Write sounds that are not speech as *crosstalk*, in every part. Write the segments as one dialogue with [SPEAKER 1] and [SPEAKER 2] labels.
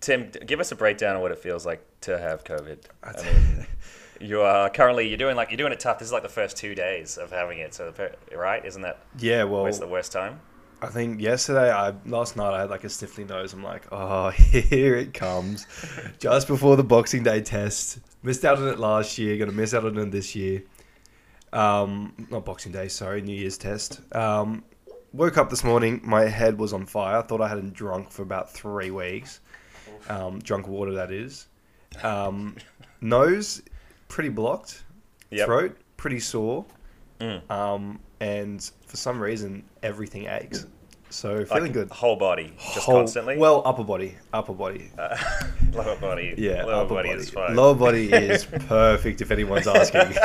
[SPEAKER 1] Tim, d- give us a breakdown of what it feels like to have COVID. I mean, you are currently you're doing like you're doing it tough. This is like the first two days of having it. So the per- right, isn't that
[SPEAKER 2] *laughs* Yeah, well,
[SPEAKER 1] where's the worst time?
[SPEAKER 2] I think yesterday, I last night, I had like a sniffly nose. I'm like, oh, *laughs* here it comes. Just before the Boxing Day test, missed out on it last year. Going to miss out on it this year. Um, not Boxing Day, sorry, New Year's test. Um, woke up this morning, my head was on fire. Thought I hadn't drunk for about three weeks. Um, drunk water, that is. Um, nose, pretty blocked.
[SPEAKER 1] Yep.
[SPEAKER 2] Throat, pretty sore
[SPEAKER 1] Mm.
[SPEAKER 2] um, and for some reason everything aches. So feeling
[SPEAKER 1] like,
[SPEAKER 2] good.
[SPEAKER 1] Whole body, just
[SPEAKER 2] Whole-
[SPEAKER 1] constantly.
[SPEAKER 2] Well, upper body, upper body.
[SPEAKER 1] Uh, lower body,
[SPEAKER 2] yeah,
[SPEAKER 1] lower
[SPEAKER 2] upper
[SPEAKER 1] body, is fine.
[SPEAKER 2] Lower body
[SPEAKER 1] *laughs*
[SPEAKER 2] is perfect if anyone's asking.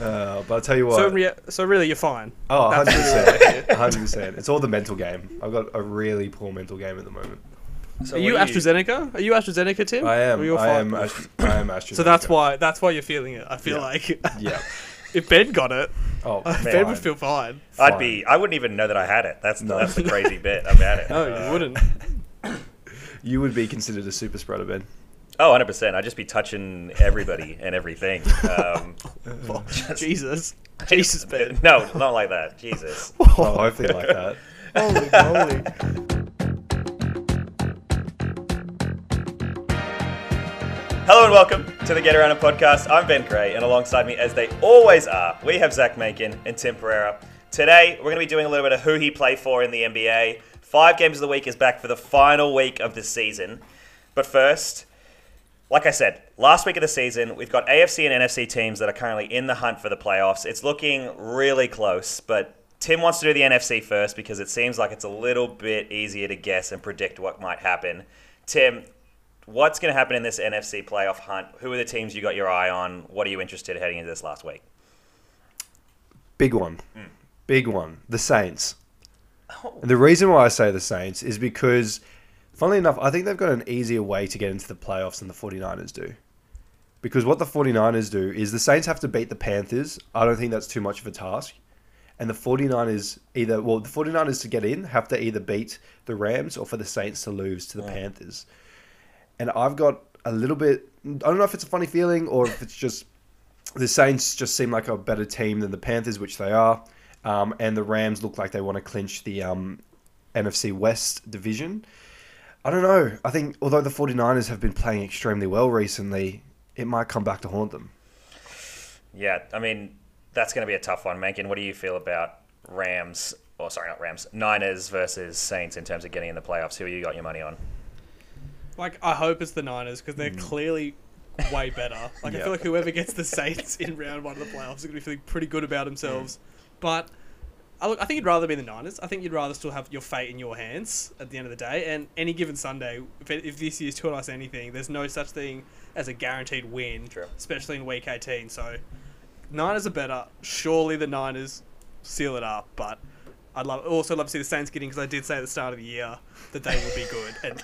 [SPEAKER 2] uh, but I'll tell you what.
[SPEAKER 3] So, rea- so really, you're fine.
[SPEAKER 2] oh,
[SPEAKER 3] that's
[SPEAKER 2] 100%. 100%. It's all the mental game. I've got a really poor mental game at the moment.
[SPEAKER 1] So
[SPEAKER 3] Are you
[SPEAKER 1] what
[SPEAKER 3] AstraZeneca? Are you AstraZeneca, Tim?
[SPEAKER 2] I am.
[SPEAKER 3] Or you're
[SPEAKER 2] I
[SPEAKER 3] fine?
[SPEAKER 2] am, Ast- I am
[SPEAKER 3] So that's
[SPEAKER 2] AstraZeneca.
[SPEAKER 3] why that's why you're feeling it. I feel
[SPEAKER 2] Yeah.
[SPEAKER 3] like
[SPEAKER 2] Yeah.
[SPEAKER 3] *laughs* if Ben got it,
[SPEAKER 2] Oh,
[SPEAKER 3] Ben
[SPEAKER 2] fine.
[SPEAKER 3] would feel fine.
[SPEAKER 1] I'd be. I wouldn't even know that I had it. That's
[SPEAKER 2] No.
[SPEAKER 1] that's the
[SPEAKER 2] *laughs*
[SPEAKER 1] crazy bit about it.
[SPEAKER 3] No,
[SPEAKER 1] Uh,
[SPEAKER 3] you wouldn't.
[SPEAKER 2] You would be considered a super spreader, Ben.
[SPEAKER 1] Oh, 100 percent. I'd just be touching everybody and
[SPEAKER 2] *laughs*
[SPEAKER 1] everything. Um,
[SPEAKER 3] Jesus, Jesus, *laughs* Ben.
[SPEAKER 1] no, not like that. Jesus. *laughs*
[SPEAKER 2] Oh, hopefully like that.
[SPEAKER 3] Holy moly.
[SPEAKER 1] Hello and welcome to the Get Around It podcast. I'm Ben Gray, and alongside me, as they always are, we have Zach Mankin and Tim Pereira. Today, we're going to be doing a little bit of who he played for in the NBA. Five games of the week is back for the final week of the season. But first, like I said, last week of the season, we've got AFC and NFC teams that are currently in the hunt for the playoffs. It's looking really close, but Tim wants to do the NFC first because it seems like it's a little bit easier to guess and predict what might happen. Tim, what's going to happen in this NFC playoff hunt? Who are the teams you got your eye on? What are you interested in heading into this last week?
[SPEAKER 2] Big one. Big one. The Saints. And the reason why I say the Saints is because, funnily enough, I think they've got an easier way to get into the playoffs than the 49ers do. Because what the 49ers do is the Saints have to beat the Panthers. I don't think that's too much of a task. And the 49ers either, well, the 49ers to get in have to either beat the Rams or for the Saints to lose to the Panthers. And I've got a little bit, I don't know if it's a funny feeling or if it's just the Saints just seem like a better team than the Panthers, which they are, um, and the Rams look like they want to clinch the um, NFC West division. I don't know. I think although the 49ers have been playing extremely well recently, it might come back to haunt them.
[SPEAKER 1] Yeah, I mean, that's going to be a tough one. Mankin, what do you feel about Rams, or sorry, not Rams, Niners versus Saints in terms of getting in the playoffs? Who you got your money on?
[SPEAKER 3] Like I hope it's the Niners because they're clearly way better. Like I
[SPEAKER 2] Yeah.
[SPEAKER 3] feel like whoever gets the Saints in round one of the playoffs are going to be feeling pretty good about themselves. But I look, I think you'd rather be the Niners. I think you'd rather still have your fate in your hands at the end of the day. And any given Sunday, if, it, if this year's taught us anything, there's no such thing as a guaranteed win,
[SPEAKER 1] True.
[SPEAKER 3] especially in Week 18. So Niners are better. Surely the Niners seal it up, but. I'd love also love to see the Saints getting because I did say at the start of the year that they would be good, and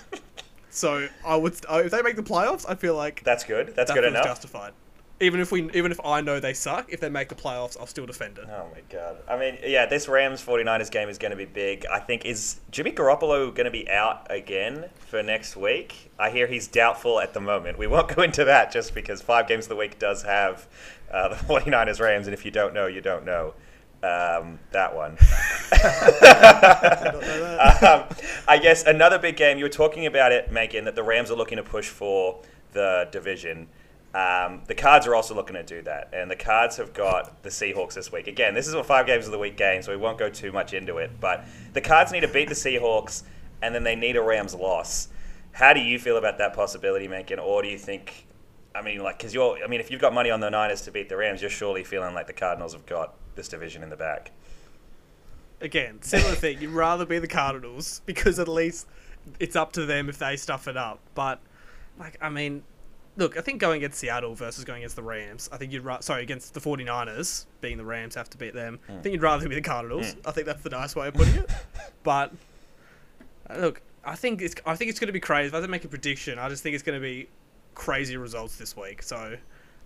[SPEAKER 3] so I would I- if they make the playoffs, I feel like
[SPEAKER 1] That's good. That's
[SPEAKER 3] that
[SPEAKER 1] good
[SPEAKER 3] feels
[SPEAKER 1] enough.
[SPEAKER 3] justified. Even if we even if I know they suck, if they make the playoffs, I'll still defend it.
[SPEAKER 1] Oh my god. I mean, yeah, this Rams 49ers game is going to be big. I think is Jimmy Garoppolo going to be out again for next week? I hear he's doubtful at the moment. We won't *laughs* go into that just because five games of the week does have uh, the *laughs* 49ers Rams and if you don't know, you don't know. Um, that one. um, I guess another big game. You were talking about it, Megan, that the Rams are looking to push for the division. Um, the Cards are also looking to do that, and the Cards have got the Seahawks this week. Again, this is a five games of the week game, so we won't go too much into it. But the Cards need to beat the Seahawks, and then they need a Rams loss. How do you feel about that possibility, Megan? Or do you think, I mean, like, because you're, I mean, if you've got money on the Niners to beat the Rams, you're surely feeling like the Cardinals have got this division in the back.
[SPEAKER 3] Again, similar thing. You'd rather be the Cardinals *laughs* because at least it's up to them if they stuff it up. But like I mean, look, I think going against Seattle versus going against the Rams, I think you'd ra- sorry against the 49ers, being the Rams have to beat them. I think you'd rather be the Cardinals. I think that's the nice way of putting it. but uh, look, I think it's I think it's going to be crazy. If I had to make a prediction, I just think it's going to be crazy results this week. So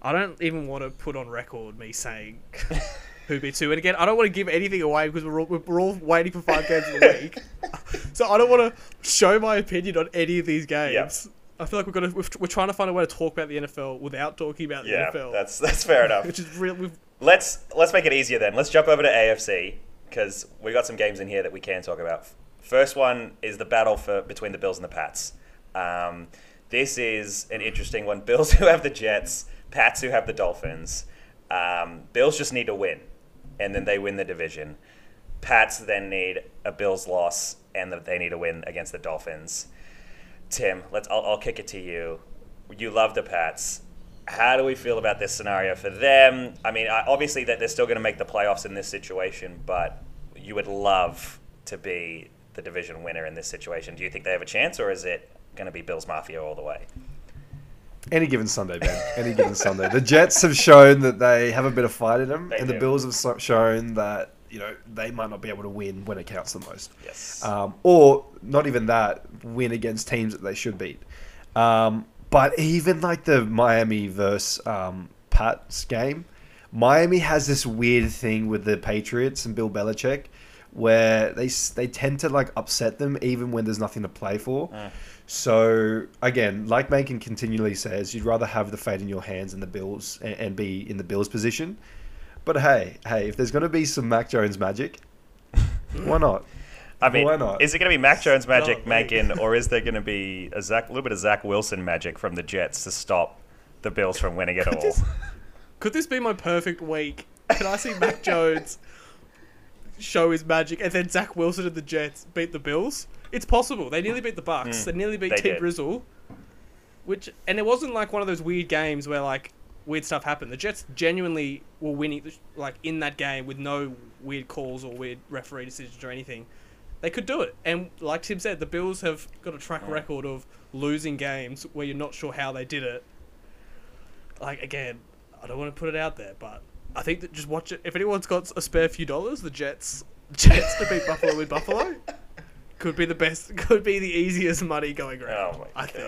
[SPEAKER 3] I don't even want to put on record
[SPEAKER 1] *laughs*
[SPEAKER 3] me saying
[SPEAKER 1] *laughs*
[SPEAKER 3] who beats who. And again, I don't want to give anything away because we're all, we're all waiting for five games of the week. So I don't want to show my opinion on any of these games.
[SPEAKER 1] Yeah.
[SPEAKER 3] I feel like we're gonna we're, we're trying to find a way to talk about the NFL without talking about the
[SPEAKER 1] Yeah,
[SPEAKER 3] NFL,
[SPEAKER 1] that's *laughs* that's fair enough.
[SPEAKER 3] which is real. We've,
[SPEAKER 1] Let's let's make it easier then. Let's jump over to AFC because we got some games in here that we can talk about. First one is the battle for between the Bills and the Pats. Um, this is an interesting one. *laughs* Bills who have the Jets, Pats who have the Dolphins. Um, Bills just need to win, and then they win the division. Pats then need a Bills loss, and that they need a win against the Dolphins. Tim, let's. I'll, I'll kick it to you. You love the Pats. How do we feel about this scenario for them? I mean, I- obviously that they're still going to make the playoffs in this situation, but you would love to be the division winner in this situation. Do you think they have a chance, or is it going to be Bills Mafia all the way?
[SPEAKER 2] Any given Sunday, Ben. Any
[SPEAKER 1] *laughs*
[SPEAKER 2] given Sunday. The Jets have shown that they have a bit of fight in them,
[SPEAKER 1] They
[SPEAKER 2] and
[SPEAKER 1] do.
[SPEAKER 2] the Bills have so- shown that you know they might not be able to win when it counts the most.
[SPEAKER 1] Yes.
[SPEAKER 2] Um, or not even that win against teams that they should beat. Um, but even like the Miami versus um, Pats game, Miami has this weird thing with the Patriots and Bill Belichick, where they s- they tend to like upset them even when there's nothing to play for. So again, like Macon continually says, you'd rather have the fate in your hands and the Bills and, and be in the Bills position. But hey, hey, if there's going to be some Mac Jones magic, why not?
[SPEAKER 1] I mean,
[SPEAKER 2] why not?
[SPEAKER 1] is it going to be Mac Jones magic,
[SPEAKER 3] Golly.
[SPEAKER 1] Megan, or
[SPEAKER 2] *laughs*
[SPEAKER 1] is there going to be a Zach, little bit of Zach Wilson magic from the Jets to stop the Bills from winning it all?
[SPEAKER 3] this- could this be my perfect week? Can I see
[SPEAKER 1] *laughs*
[SPEAKER 3] Mac Jones show his magic, and then Zach Wilson and the Jets beat the Bills? It's possible. They nearly beat the Bucks. They nearly beat
[SPEAKER 1] Mm. they
[SPEAKER 3] Ted
[SPEAKER 1] did.
[SPEAKER 3] Rizzle. Which and it wasn't like one of those weird games where like weird stuff happened. The Jets genuinely were winning, like in that game with no weird calls or weird referee decisions or anything. They could do it, and like Tim said, the Bills have got a
[SPEAKER 1] Mm.
[SPEAKER 3] track record of losing games where you're not sure how they did it like again, I don't want to put it out there, but I think that just watch it. If anyone's got a spare few dollars, the Jets, *laughs* Jets to beat Buffalo
[SPEAKER 1] *laughs*
[SPEAKER 3] with Buffalo, could be the best. Could be the easiest money going around.
[SPEAKER 1] Oh my
[SPEAKER 3] I think.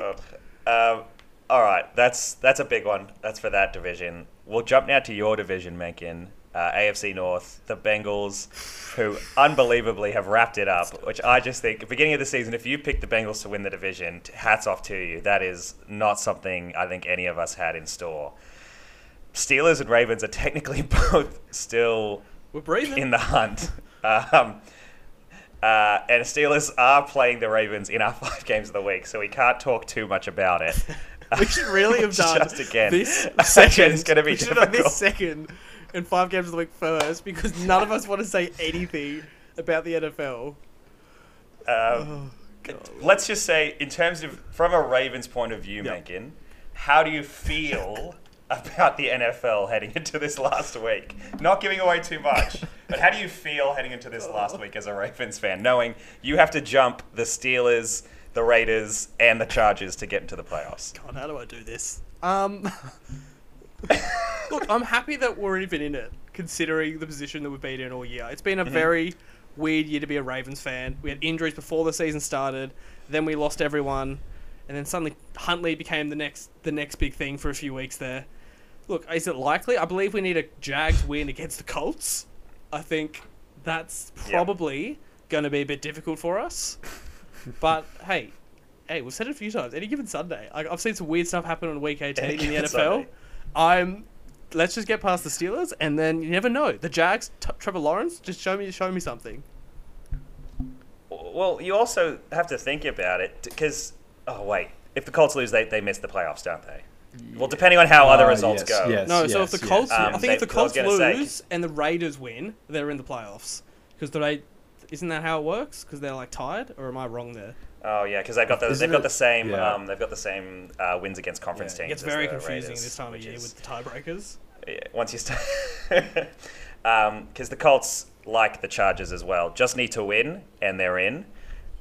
[SPEAKER 1] god. Um, all right, that's that's a big one. That's for that division. We'll jump now to your division, Megan. Uh, AFC North, the Bengals, who unbelievably have wrapped it up, which I just think, at the beginning of the season, if you picked the Bengals to win the division, t- hats off to you. That is not something I think any of us had in store. Steelers and Ravens are technically *laughs* both still
[SPEAKER 3] We're breathing.
[SPEAKER 1] in the hunt. Um, uh, and Steelers are playing the Ravens in our *laughs* five games of the week, so we can't talk too much about it.
[SPEAKER 3] we should really have
[SPEAKER 1] *laughs*
[SPEAKER 3] done
[SPEAKER 1] Just again. *laughs*
[SPEAKER 3] this
[SPEAKER 1] I think
[SPEAKER 3] second.
[SPEAKER 1] it's gonna be
[SPEAKER 3] we should have done
[SPEAKER 1] difficult.
[SPEAKER 3] this second and five games of the week first because none of us want to say anything about the NFL.
[SPEAKER 1] Um, let's just say, in terms of from a Ravens point of view,
[SPEAKER 3] Yeah.
[SPEAKER 1] Megan, how do you feel *laughs* about the NFL heading into this last week? Not giving away too much, but how do you feel heading into this last week as a Ravens fan, knowing you have to jump the Steelers, the Raiders, and the Chargers to get into the playoffs?
[SPEAKER 3] God, how do I do this? Um, *laughs* look, I'm happy that we're even in it, considering the position that we've been in all year. It's been a very weird year to be a Ravens fan. We had injuries before the season started, then we lost everyone, and then suddenly Huntley became the next the next big thing for a few weeks there. Look, is it likely? I believe we need a Jags win against the Colts. I think that's probably going to be a bit difficult for us. But hey, hey, we've said it a few times. Any given Sunday, like, I've seen some weird stuff happen on Week 18
[SPEAKER 1] Any
[SPEAKER 3] in the
[SPEAKER 1] given
[SPEAKER 3] NFL.
[SPEAKER 1] Sunday.
[SPEAKER 3] I'm. Let's just get past the Steelers, and then you never know. The Jags, t- Trevor Lawrence, just show me, show me something.
[SPEAKER 1] Well, you also have to think about it because oh wait, if the Colts lose, they they miss the playoffs, don't they? Well, depending on how other
[SPEAKER 2] Ah,
[SPEAKER 1] results
[SPEAKER 2] yes,
[SPEAKER 1] go.
[SPEAKER 2] yes.
[SPEAKER 3] No, so if the
[SPEAKER 2] yes.
[SPEAKER 3] Colts,
[SPEAKER 1] Um,
[SPEAKER 3] I think if
[SPEAKER 1] they-
[SPEAKER 3] the
[SPEAKER 1] I was
[SPEAKER 3] Colts
[SPEAKER 1] gonna say-
[SPEAKER 3] lose and the Raiders win, they're in the playoffs because the Ra- isn't that how it works? Because they're like tied, or am I wrong there?
[SPEAKER 1] Oh yeah, because they've got the,
[SPEAKER 2] Isn't
[SPEAKER 1] they've got
[SPEAKER 2] it-
[SPEAKER 1] the same
[SPEAKER 2] yeah.
[SPEAKER 1] um, they've got the same uh, wins against conference
[SPEAKER 2] Yeah,
[SPEAKER 1] teams.
[SPEAKER 2] it
[SPEAKER 3] It gets
[SPEAKER 1] as
[SPEAKER 3] very
[SPEAKER 1] the
[SPEAKER 3] confusing
[SPEAKER 1] Raiders,
[SPEAKER 3] this time of
[SPEAKER 1] which
[SPEAKER 3] year
[SPEAKER 1] is-
[SPEAKER 3] with the tiebreakers.
[SPEAKER 1] yeah, once you start *laughs* because the Colts like the Chargers as well. Just need to win and they're in.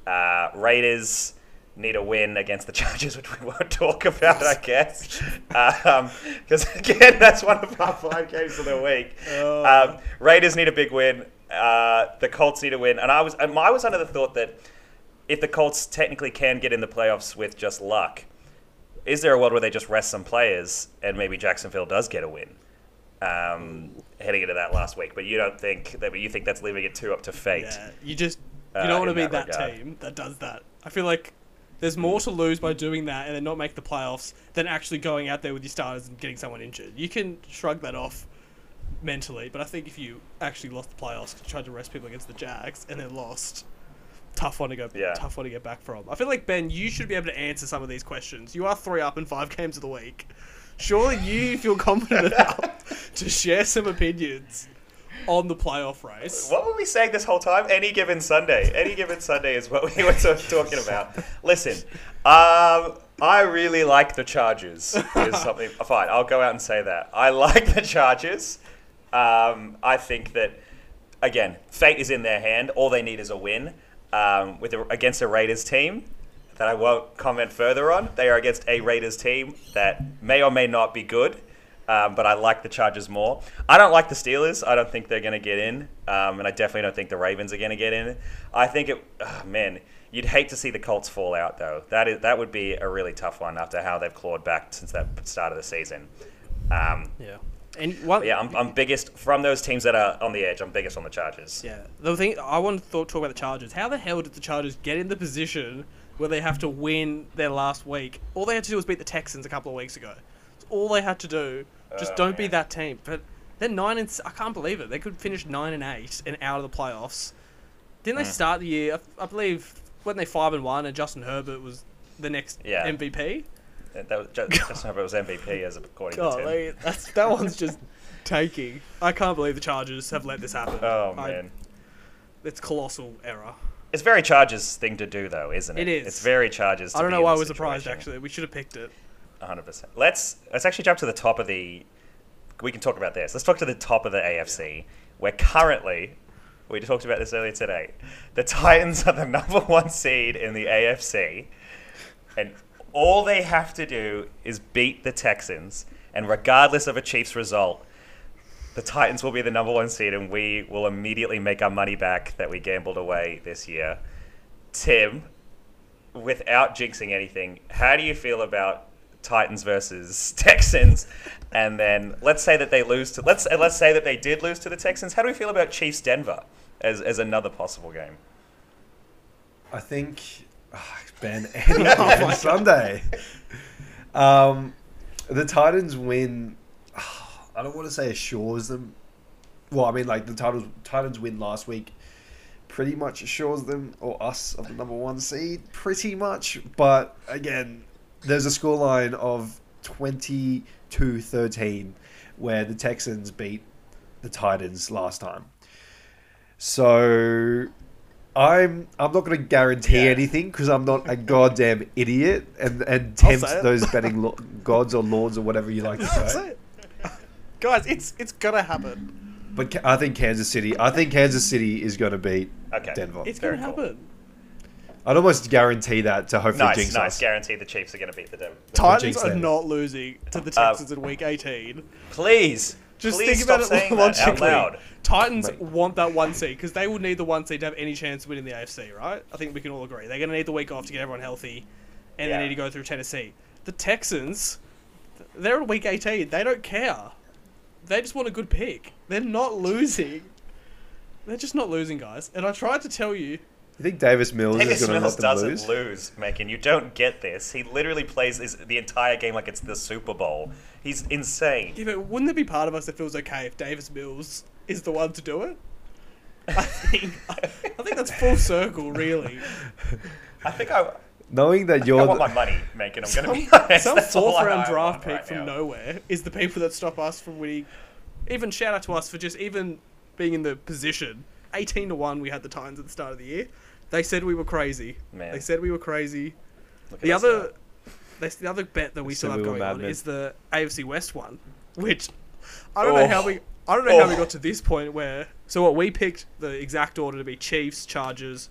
[SPEAKER 1] Uh, Raiders need a win against the *laughs* Chargers, which we won't talk about, I guess, because again that's one of our five games of the week.
[SPEAKER 3] Oh.
[SPEAKER 1] Um, Raiders need a big win. Uh, the Colts need a win, and I was and I was under the thought that if the Colts technically can get in the playoffs with just luck, is there a world where they just rest some players and maybe Jacksonville does get a win? Um, heading into that last week, but you don't think that, but you think that's leaving it too up to fate.
[SPEAKER 3] Yeah, you just
[SPEAKER 1] uh,
[SPEAKER 3] You don't want to
[SPEAKER 1] in
[SPEAKER 3] be that,
[SPEAKER 1] regard. Hmm.
[SPEAKER 3] team that does that. I feel like there's more to lose by doing that and then not make the playoffs than actually going out there with your starters and getting someone injured. You can shrug that off mentally, but I think if you actually lost the playoffs, tried to rest people against the Jags and then lost, tough one to go.
[SPEAKER 1] Yeah.
[SPEAKER 3] Tough one to get back from. I feel like Ben, you should be able to answer some of these questions. You are three up in five games of the week. Surely you feel *laughs* confident enough to share some opinions on the playoff race.
[SPEAKER 1] What were we saying this whole time? Any given Sunday. Any given Sunday is what we were t- talking about. Listen, um, I really like the Chargers. Is something uh, fine? I'll go out and say that I like the Chargers. Um, I think that again, fate is in their hand. All they need is a win um, with a, against a Raiders team that I won't comment further on. They are against a Raiders team that may or may not be good. Um, but I like the Chargers more. I don't like the Steelers. I don't think they're going to get in, um, and I definitely don't think the Ravens are going to get in. I think it, oh, man, you'd hate to see the Colts fall out though. That is that would be a really tough one after how they've clawed back since that start of the season. Um,
[SPEAKER 3] Yeah. And one,
[SPEAKER 1] but yeah, I'm, I'm biggest from those teams that are on the edge. I'm biggest on the Chargers.
[SPEAKER 3] Yeah. The thing I want to talk, talk about the Chargers. How the hell did the Chargers get in the position where they have to win their last week? All they had to do was beat the Texans a couple of weeks ago. That's all they had to do. Just
[SPEAKER 1] Oh,
[SPEAKER 3] don't be
[SPEAKER 1] man.
[SPEAKER 3] that team. But they're nine and s- I can't believe it. They could finish nine and eight and out of the playoffs. Didn't
[SPEAKER 1] Hmm.
[SPEAKER 3] they start the year? I, I believe when they five and one and Justin Herbert was the next
[SPEAKER 1] Yeah.
[SPEAKER 3] MVP.
[SPEAKER 1] That was
[SPEAKER 3] *laughs*
[SPEAKER 1] just, just remember it was MVP as according to
[SPEAKER 3] God,
[SPEAKER 1] Tim.
[SPEAKER 3] like, that's, that one's just *laughs* taking. I can't believe the Chargers have let this happen.
[SPEAKER 1] Oh
[SPEAKER 3] I-
[SPEAKER 1] man,
[SPEAKER 3] it's colossal error.
[SPEAKER 1] it's very Chargers thing to do though, isn't it?
[SPEAKER 3] It is.
[SPEAKER 1] It's very Chargers. To
[SPEAKER 3] I don't
[SPEAKER 1] be
[SPEAKER 3] know
[SPEAKER 1] in
[SPEAKER 3] why I
[SPEAKER 1] this
[SPEAKER 3] was surprised.
[SPEAKER 1] situation.
[SPEAKER 3] Actually, we should have picked it.
[SPEAKER 1] 100%. Let's let's actually jump to the top of the we can talk about this. Let's talk to the top of the AFC where currently we talked about this earlier today. The Titans are the number 1 seed in the AFC and all they have to do is beat the Texans and regardless of a Chiefs result the Titans will be the number 1 seed and we will immediately make our money back that we gambled away this year. Tim, without jinxing anything, how do you feel about Titans versus *laughs* Texans? And then let's say that they lose to let's and let's say that they did lose to the Texans. How do we feel about Chiefs Denver as as another possible game?
[SPEAKER 2] I think ah, Ben *laughs* any given Sunday. Um, the Titans win. *sighs* ah, I don't want to say assures them. Well, I mean, like the Titans, Titans win last week, pretty much assures them or us of the number one seed, pretty much. But again, there's a scoreline of 22-13 where the Texans beat the Titans last time. So I'm I'm not going to guarantee
[SPEAKER 1] Yeah.
[SPEAKER 2] anything because I'm not a goddamn idiot and and
[SPEAKER 3] I'll say
[SPEAKER 2] tempt
[SPEAKER 3] it.
[SPEAKER 2] those betting lo- gods or lords or whatever you like to say.
[SPEAKER 3] *laughs* Guys, it's it's gonna happen.
[SPEAKER 2] But Ca- I think Kansas City. I think Kansas City is going to beat
[SPEAKER 1] Okay.
[SPEAKER 2] Denver.
[SPEAKER 3] It's
[SPEAKER 1] Very
[SPEAKER 3] gonna
[SPEAKER 1] cool.
[SPEAKER 3] happen.
[SPEAKER 2] I'd almost guarantee that to hopefully
[SPEAKER 1] Nice,
[SPEAKER 2] jinx
[SPEAKER 1] nice.
[SPEAKER 2] us.
[SPEAKER 1] Guarantee the Chiefs are going to beat the Denver.
[SPEAKER 3] Titans
[SPEAKER 2] jinx
[SPEAKER 3] are
[SPEAKER 2] them.
[SPEAKER 3] not losing to the Texans in week 18.
[SPEAKER 1] Please,
[SPEAKER 3] Just
[SPEAKER 1] please
[SPEAKER 3] think
[SPEAKER 1] stop
[SPEAKER 3] about it *laughs*
[SPEAKER 1] saying that out
[SPEAKER 3] logically.
[SPEAKER 1] loud.
[SPEAKER 3] Titans
[SPEAKER 2] Mate.
[SPEAKER 3] want that one seed because they will need the one seed to have any chance of winning the AFC, right? I think we can all agree. They're going to need the week off to get everyone healthy, and
[SPEAKER 1] Yeah.
[SPEAKER 3] they need to go through Tennessee. The Texans, they're in week 18. They don't care. They just want a good pick. They're not losing. They're just not losing, guys. And I tried to tell you
[SPEAKER 2] You think Davis Mills
[SPEAKER 1] Davis
[SPEAKER 2] is going to
[SPEAKER 1] Mills
[SPEAKER 2] let them
[SPEAKER 1] doesn't
[SPEAKER 2] lose?
[SPEAKER 1] lose. Megan. You don't get this. He literally plays his, the entire game like it's the Super Bowl. He's insane.
[SPEAKER 3] Yeah, but wouldn't there be part of us that feels okay if Davis Mills is the one to do it? *laughs* I think I think that's full circle, really.
[SPEAKER 1] I think I,
[SPEAKER 2] Knowing that
[SPEAKER 1] I
[SPEAKER 2] you're
[SPEAKER 1] want
[SPEAKER 2] the-
[SPEAKER 1] my money, Megan. I'm going to be *laughs* honest.
[SPEAKER 3] Some
[SPEAKER 1] That's all
[SPEAKER 3] fourth
[SPEAKER 1] I-
[SPEAKER 3] round
[SPEAKER 1] I
[SPEAKER 3] draft
[SPEAKER 1] want
[SPEAKER 3] pick
[SPEAKER 1] right
[SPEAKER 3] from
[SPEAKER 1] now.
[SPEAKER 3] nowhere is the people that stop us from winning. Even shout out to us for just even being in the position. Eighteen to one, we had the Titans at the start of the year. They said we were crazy.
[SPEAKER 1] Man.
[SPEAKER 3] They said we were crazy.
[SPEAKER 1] Look at
[SPEAKER 3] The
[SPEAKER 1] us
[SPEAKER 3] other,
[SPEAKER 1] now.
[SPEAKER 3] that's the other bet that we still
[SPEAKER 2] said
[SPEAKER 3] have
[SPEAKER 2] we were
[SPEAKER 3] going on
[SPEAKER 2] madmen.
[SPEAKER 3] is the AFC West one, which I don't know how
[SPEAKER 1] Oh.
[SPEAKER 3] we, I don't know how we
[SPEAKER 1] Oh.
[SPEAKER 3] got to this point where. So what we picked the exact order to be Chiefs, Chargers,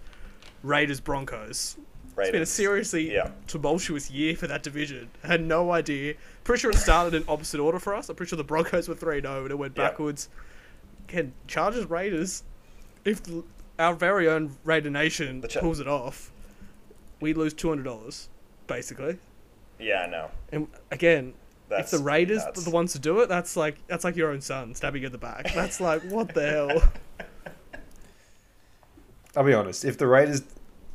[SPEAKER 3] Raiders, Broncos. It's been a
[SPEAKER 1] Raiders.
[SPEAKER 3] seriously
[SPEAKER 1] Yeah.
[SPEAKER 3] tumultuous year for that division. I had no idea. Pretty sure it started in opposite order for us. I'm pretty sure the Broncos were 3 0 and it went
[SPEAKER 1] Yeah.
[SPEAKER 3] backwards. Can Chargers, Raiders, if l- our very own Raider Nation
[SPEAKER 1] The Cha-
[SPEAKER 3] pulls it off, we lose $200, basically.
[SPEAKER 1] Yeah, I know.
[SPEAKER 3] And again,
[SPEAKER 1] That's
[SPEAKER 3] if the Raiders
[SPEAKER 1] nuts.
[SPEAKER 3] are the ones to do it, that's like that's
[SPEAKER 1] *laughs*
[SPEAKER 3] like your own son stabbing you in the back. That's like what the hell.
[SPEAKER 2] I'll be honest. If the Raiders,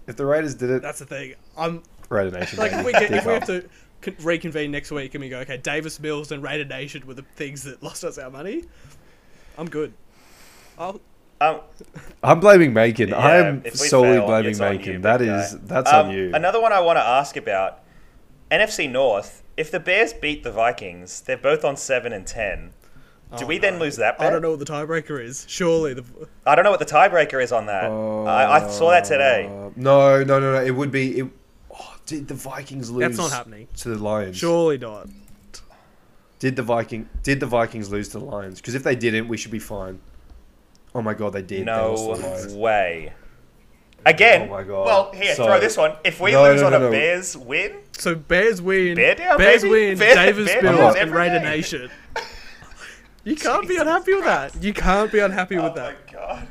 [SPEAKER 2] if the Raiders did it,
[SPEAKER 3] That's the thing. I'm
[SPEAKER 2] Raider Nation.
[SPEAKER 3] like, if
[SPEAKER 2] baby.
[SPEAKER 3] we, get,
[SPEAKER 2] Dick
[SPEAKER 3] if we have
[SPEAKER 2] up.
[SPEAKER 3] to con- reconvene next week and we go, okay, Davis Mills and Raider Nation were the things that lost us our money, I'm good. I'll,
[SPEAKER 1] Um,
[SPEAKER 2] I'm blaming Macon. I
[SPEAKER 1] Yeah,
[SPEAKER 2] am
[SPEAKER 1] if we
[SPEAKER 2] solely
[SPEAKER 1] fail,
[SPEAKER 2] blaming
[SPEAKER 1] it's on
[SPEAKER 2] Macon.
[SPEAKER 1] you,
[SPEAKER 2] that
[SPEAKER 1] big
[SPEAKER 2] is
[SPEAKER 1] guy.
[SPEAKER 2] that's
[SPEAKER 1] Um,
[SPEAKER 2] on you.
[SPEAKER 1] Another one I want to ask about NFC North. If the Bears beat the Vikings, they're both on seven and ten. Do
[SPEAKER 3] Oh,
[SPEAKER 1] we
[SPEAKER 3] no.
[SPEAKER 1] then lose that? Bet?
[SPEAKER 3] I don't know what the tiebreaker is. Surely the
[SPEAKER 1] I don't know what the tiebreaker is on that. I, I saw that today.
[SPEAKER 2] Uh, No, no, no, no. It would be. It, oh, did the Vikings lose?
[SPEAKER 3] That's not happening.
[SPEAKER 2] To the Lions.
[SPEAKER 3] surely not.
[SPEAKER 2] Did the Viking? Did the Vikings lose to the Lions? Because if they didn't, we should be fine. Oh my god, they did. they
[SPEAKER 1] No
[SPEAKER 2] lost to the Lions.
[SPEAKER 1] way. Again.
[SPEAKER 2] Oh my God.
[SPEAKER 1] Well, here,
[SPEAKER 2] So-
[SPEAKER 1] throw this one. If we
[SPEAKER 2] No,
[SPEAKER 1] lose
[SPEAKER 2] no,
[SPEAKER 1] on
[SPEAKER 2] no,
[SPEAKER 1] a
[SPEAKER 2] no.
[SPEAKER 1] Bears win,
[SPEAKER 3] So Bears win.
[SPEAKER 1] Bear down,
[SPEAKER 3] Bears
[SPEAKER 1] baby.
[SPEAKER 3] win.
[SPEAKER 1] Bear-
[SPEAKER 3] Davis
[SPEAKER 1] bear
[SPEAKER 3] Mills
[SPEAKER 2] down
[SPEAKER 3] and
[SPEAKER 1] every
[SPEAKER 3] Raider
[SPEAKER 1] day.
[SPEAKER 3] Nation. You can't be unhappy with that. You can't be unhappy with
[SPEAKER 1] oh
[SPEAKER 3] that.
[SPEAKER 1] my god,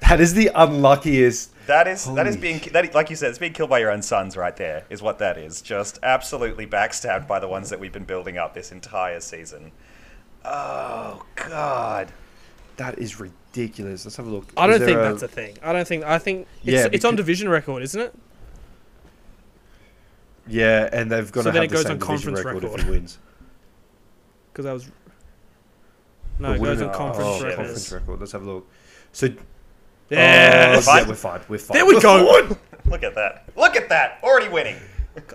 [SPEAKER 2] That is the unluckiest.
[SPEAKER 1] that is that is
[SPEAKER 2] Holy
[SPEAKER 1] being that is- like you said, it's being killed by your own sons right there. Is what that is. Just absolutely backstabbed by the ones that we've been building up this entire season. Oh god.
[SPEAKER 2] That is ridiculous. Let's have a look.
[SPEAKER 3] I
[SPEAKER 2] Is
[SPEAKER 3] don't
[SPEAKER 2] there
[SPEAKER 3] think that's a thing. I don't think. I think it's,
[SPEAKER 2] Yeah,
[SPEAKER 3] it's on
[SPEAKER 2] because-
[SPEAKER 3] division record, isn't it?
[SPEAKER 2] Yeah, and they've got
[SPEAKER 3] So
[SPEAKER 2] to
[SPEAKER 3] then
[SPEAKER 2] have
[SPEAKER 3] it
[SPEAKER 2] the
[SPEAKER 3] goes
[SPEAKER 2] same
[SPEAKER 3] on
[SPEAKER 2] division
[SPEAKER 3] conference
[SPEAKER 2] record,
[SPEAKER 3] record.
[SPEAKER 2] if he wins.
[SPEAKER 3] Because I was. No,
[SPEAKER 2] But
[SPEAKER 3] it goes
[SPEAKER 2] wouldn't
[SPEAKER 3] on
[SPEAKER 2] it-
[SPEAKER 3] conference
[SPEAKER 2] oh,
[SPEAKER 3] records.
[SPEAKER 2] conference record. Let's have a look.
[SPEAKER 1] Uh,
[SPEAKER 2] So
[SPEAKER 3] Yes.
[SPEAKER 2] Oh,
[SPEAKER 1] Fine.
[SPEAKER 2] yeah, we're fine. We're fine.
[SPEAKER 3] there we
[SPEAKER 2] We're *laughs*
[SPEAKER 3] go.
[SPEAKER 1] Look at that. Look at that. Already winning.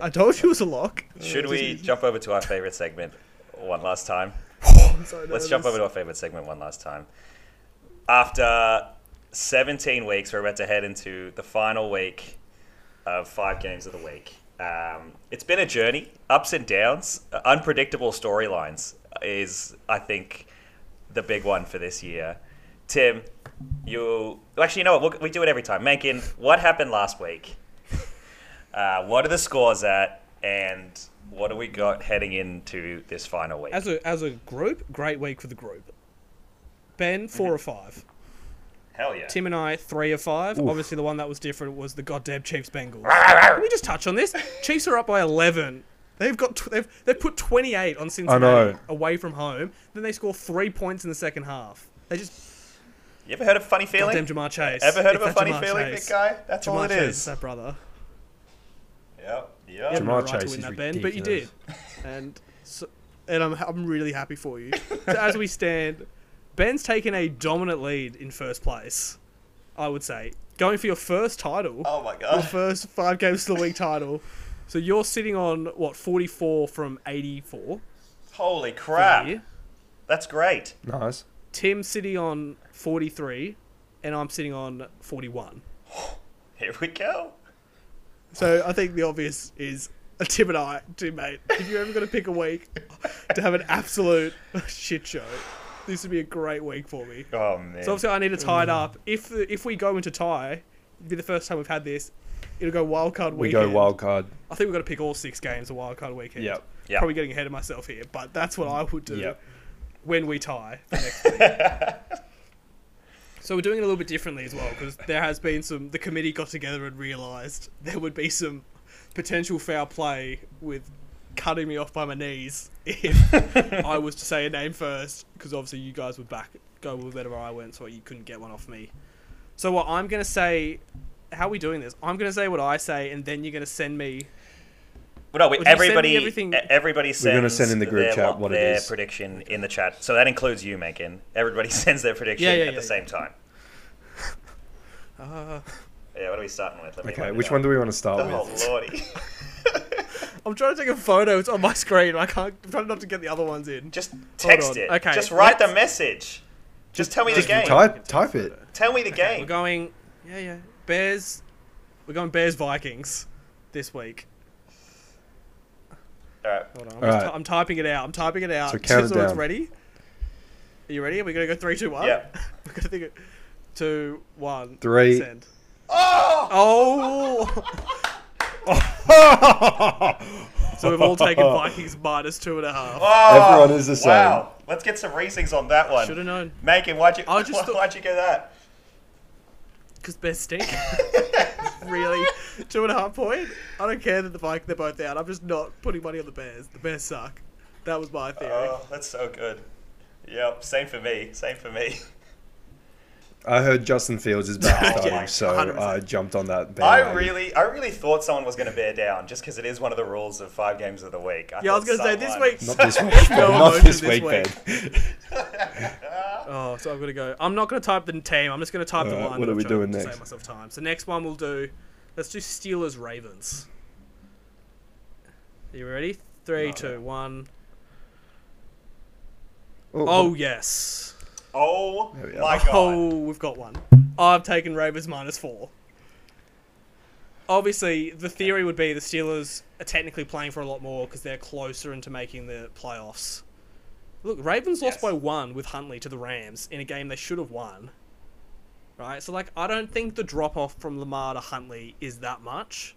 [SPEAKER 3] I told you it was a lock.
[SPEAKER 1] *laughs*
[SPEAKER 3] Uh,
[SPEAKER 1] Should we jump over to our favorite segment one last time? Let's jump over to our favorite segment one last time. After 17 weeks, we're about to head into the final week of five games of the week. Um, it's been a journey, ups and downs, uh, unpredictable storylines is, I think, the big one for this year. Tim, you actually, you know what? We'll, we do it every time. Mankin, what happened last week? Uh, what are the scores at? And what do we got heading into this final week?
[SPEAKER 3] As a as a group, great week for the group.
[SPEAKER 1] Mhm.
[SPEAKER 3] Ben 4 or five.
[SPEAKER 1] Hell yeah.
[SPEAKER 3] Tim and I three or five.
[SPEAKER 2] Oof.
[SPEAKER 3] Obviously, the one that was different was the goddamn Chiefs Bengals. Can we just touch on this? Chiefs are up by eleven. They've got tw- they've they've put twenty eight on Cincinnati
[SPEAKER 2] know.
[SPEAKER 3] away from home. Then they score three points in the second half. They just
[SPEAKER 1] You ever heard of funny feeling?
[SPEAKER 3] goddamn Jamar Chase.
[SPEAKER 1] Ever heard
[SPEAKER 3] It's
[SPEAKER 1] of a
[SPEAKER 3] that
[SPEAKER 1] funny
[SPEAKER 3] Jamar
[SPEAKER 1] feeling,
[SPEAKER 3] Chase.
[SPEAKER 1] big guy? That's all
[SPEAKER 3] Jamar
[SPEAKER 1] it
[SPEAKER 3] Chase,
[SPEAKER 1] is.
[SPEAKER 3] that brother.
[SPEAKER 1] Yep. Yep.
[SPEAKER 3] You had
[SPEAKER 2] Jamar
[SPEAKER 3] no right
[SPEAKER 2] Chase
[SPEAKER 3] to win
[SPEAKER 2] is
[SPEAKER 3] that, Ben, but you did, and so, and I'm I'm really happy for you. So as we stand, Ben's taken a dominant lead in first place. I would say going for your first title.
[SPEAKER 1] Oh my
[SPEAKER 3] the
[SPEAKER 1] god.
[SPEAKER 3] first five games of the week title. So you're sitting on what 44 from 84.
[SPEAKER 1] Holy
[SPEAKER 3] Yeah.
[SPEAKER 1] crap. That's great.
[SPEAKER 2] Nice.
[SPEAKER 3] Tim sitting on 43, and I'm sitting on 41.
[SPEAKER 1] Here we go.
[SPEAKER 3] So I think the obvious is a Tim and I, do mate. If you're ever going to pick a week to have an absolute shit show, this would be a great week for me.
[SPEAKER 1] Oh man.
[SPEAKER 3] So obviously I need to tie it up. If if we go into tie, it'd be the first time we've had this. It'll go wild card
[SPEAKER 2] We
[SPEAKER 3] weekend.
[SPEAKER 2] go wild card.
[SPEAKER 3] I think we've got to pick all six games a wild card weekend.
[SPEAKER 2] Yep.
[SPEAKER 1] Yep.
[SPEAKER 3] Probably getting ahead of myself here, but that's what I would do
[SPEAKER 2] Yep.
[SPEAKER 3] when we tie. for next week. so we're doing it a little bit differently as well because there has been some. The committee got together and realised there would be some potential foul play with cutting me off by my knees if I was to say a name first because obviously you guys would back go with whatever I went, so you couldn't get one off me. So what I'm gonna say. How are we doing this? I'm gonna say what I say, and then you're gonna send me
[SPEAKER 1] no, we,
[SPEAKER 3] Would you send me
[SPEAKER 1] everybody,
[SPEAKER 3] everything-
[SPEAKER 1] e- everybody sends
[SPEAKER 2] gonna send in the group
[SPEAKER 1] their,
[SPEAKER 2] chat
[SPEAKER 1] what-
[SPEAKER 2] what it
[SPEAKER 1] their
[SPEAKER 2] is.
[SPEAKER 1] prediction in the chat. So that includes you, Megan. Everybody *laughs* sends their prediction
[SPEAKER 3] Yeah, yeah,
[SPEAKER 1] at
[SPEAKER 3] yeah,
[SPEAKER 1] the same time.
[SPEAKER 3] *laughs* Uh,
[SPEAKER 1] Yeah, what are we starting with? Let me
[SPEAKER 2] Okay,
[SPEAKER 1] load it
[SPEAKER 2] which
[SPEAKER 1] up.
[SPEAKER 2] one do we want to start
[SPEAKER 1] Oh
[SPEAKER 2] with?
[SPEAKER 1] lordy. *laughs*
[SPEAKER 3] I'm trying to take a photo. It's on my screen. I can't. I'm trying not to get the other ones in.
[SPEAKER 1] Just text
[SPEAKER 3] on.
[SPEAKER 1] it.
[SPEAKER 3] Okay,
[SPEAKER 1] Just write the
[SPEAKER 3] let's-
[SPEAKER 1] message. Just tell me the
[SPEAKER 3] just
[SPEAKER 1] game.
[SPEAKER 2] Type, type it. *laughs*
[SPEAKER 1] Tell me the
[SPEAKER 3] We're
[SPEAKER 1] game.
[SPEAKER 3] going. Yeah, yeah. Bears. We're going Bears Vikings this week.
[SPEAKER 1] All right.
[SPEAKER 3] Hold on. I'm,
[SPEAKER 2] All
[SPEAKER 3] just
[SPEAKER 2] right.
[SPEAKER 3] ty- I'm typing it out. I'm typing it out.
[SPEAKER 2] So count it
[SPEAKER 3] so it's
[SPEAKER 2] down.
[SPEAKER 3] ready. Are you ready? Are we gonna go three, two, one?
[SPEAKER 1] Yeah.
[SPEAKER 3] *laughs* We're gonna think. It, two, one.
[SPEAKER 2] Three.
[SPEAKER 3] Send.
[SPEAKER 1] Oh!
[SPEAKER 3] Oh. so we've
[SPEAKER 2] *laughs*
[SPEAKER 3] all taken Vikings minus two and a half.
[SPEAKER 1] Oh,
[SPEAKER 2] Everyone is the same.
[SPEAKER 1] Wow. Let's get some ratings on that one.
[SPEAKER 3] Should have known.
[SPEAKER 1] Megan, why'd you,
[SPEAKER 3] I
[SPEAKER 1] *laughs*
[SPEAKER 3] just thought-
[SPEAKER 1] why'd you go that?
[SPEAKER 3] Because Bears stink. *laughs* really? Two and a half point? I don't care that the Vikings, they're both out. I'm just not putting money on the Bears. The Bears suck. That was my theory.
[SPEAKER 1] Oh, that's so good. Yep, same for me. Same for me.
[SPEAKER 2] I heard Justin Fields
[SPEAKER 1] *laughs*
[SPEAKER 2] is back starting,
[SPEAKER 3] Yeah,
[SPEAKER 2] so
[SPEAKER 3] 100%.
[SPEAKER 2] I jumped on that.
[SPEAKER 1] I
[SPEAKER 2] bandwagon.
[SPEAKER 1] really, I really thought someone was going to bear down, just because it is one of the rules of five games of the week.
[SPEAKER 3] Yeah, I was
[SPEAKER 1] thought
[SPEAKER 3] gonna say, this
[SPEAKER 1] someone-
[SPEAKER 3] week-
[SPEAKER 2] not
[SPEAKER 3] *laughs*
[SPEAKER 2] this week,
[SPEAKER 3] No
[SPEAKER 2] Ben. not
[SPEAKER 3] emotion
[SPEAKER 2] this
[SPEAKER 3] this
[SPEAKER 2] week, Ben.
[SPEAKER 3] week. Oh, so I'm gonna go. I'm not gonna type the team. I'm just gonna type the
[SPEAKER 2] Alright,
[SPEAKER 3] line.
[SPEAKER 2] what
[SPEAKER 3] that
[SPEAKER 2] are we
[SPEAKER 3] I've
[SPEAKER 2] doing
[SPEAKER 3] chosen to
[SPEAKER 2] next?
[SPEAKER 3] Save myself time. So next one we'll do. Let's do Steelers Ravens. You ready? Three,
[SPEAKER 1] No.
[SPEAKER 3] two, one.
[SPEAKER 2] Oh,
[SPEAKER 3] Oh yes.
[SPEAKER 1] Oh
[SPEAKER 2] There we
[SPEAKER 1] my
[SPEAKER 2] are.
[SPEAKER 1] god!
[SPEAKER 3] Oh, we've got one. I've taken Ravens minus four. Obviously, the theory would be the Steelers are technically playing for a lot more because they're closer into making the playoffs. Look, Ravens lost
[SPEAKER 1] Yes.
[SPEAKER 3] by one with Huntley to the Rams in a game they should have won. Right? So, like, I don't think the drop off from Lamar to Huntley is that much.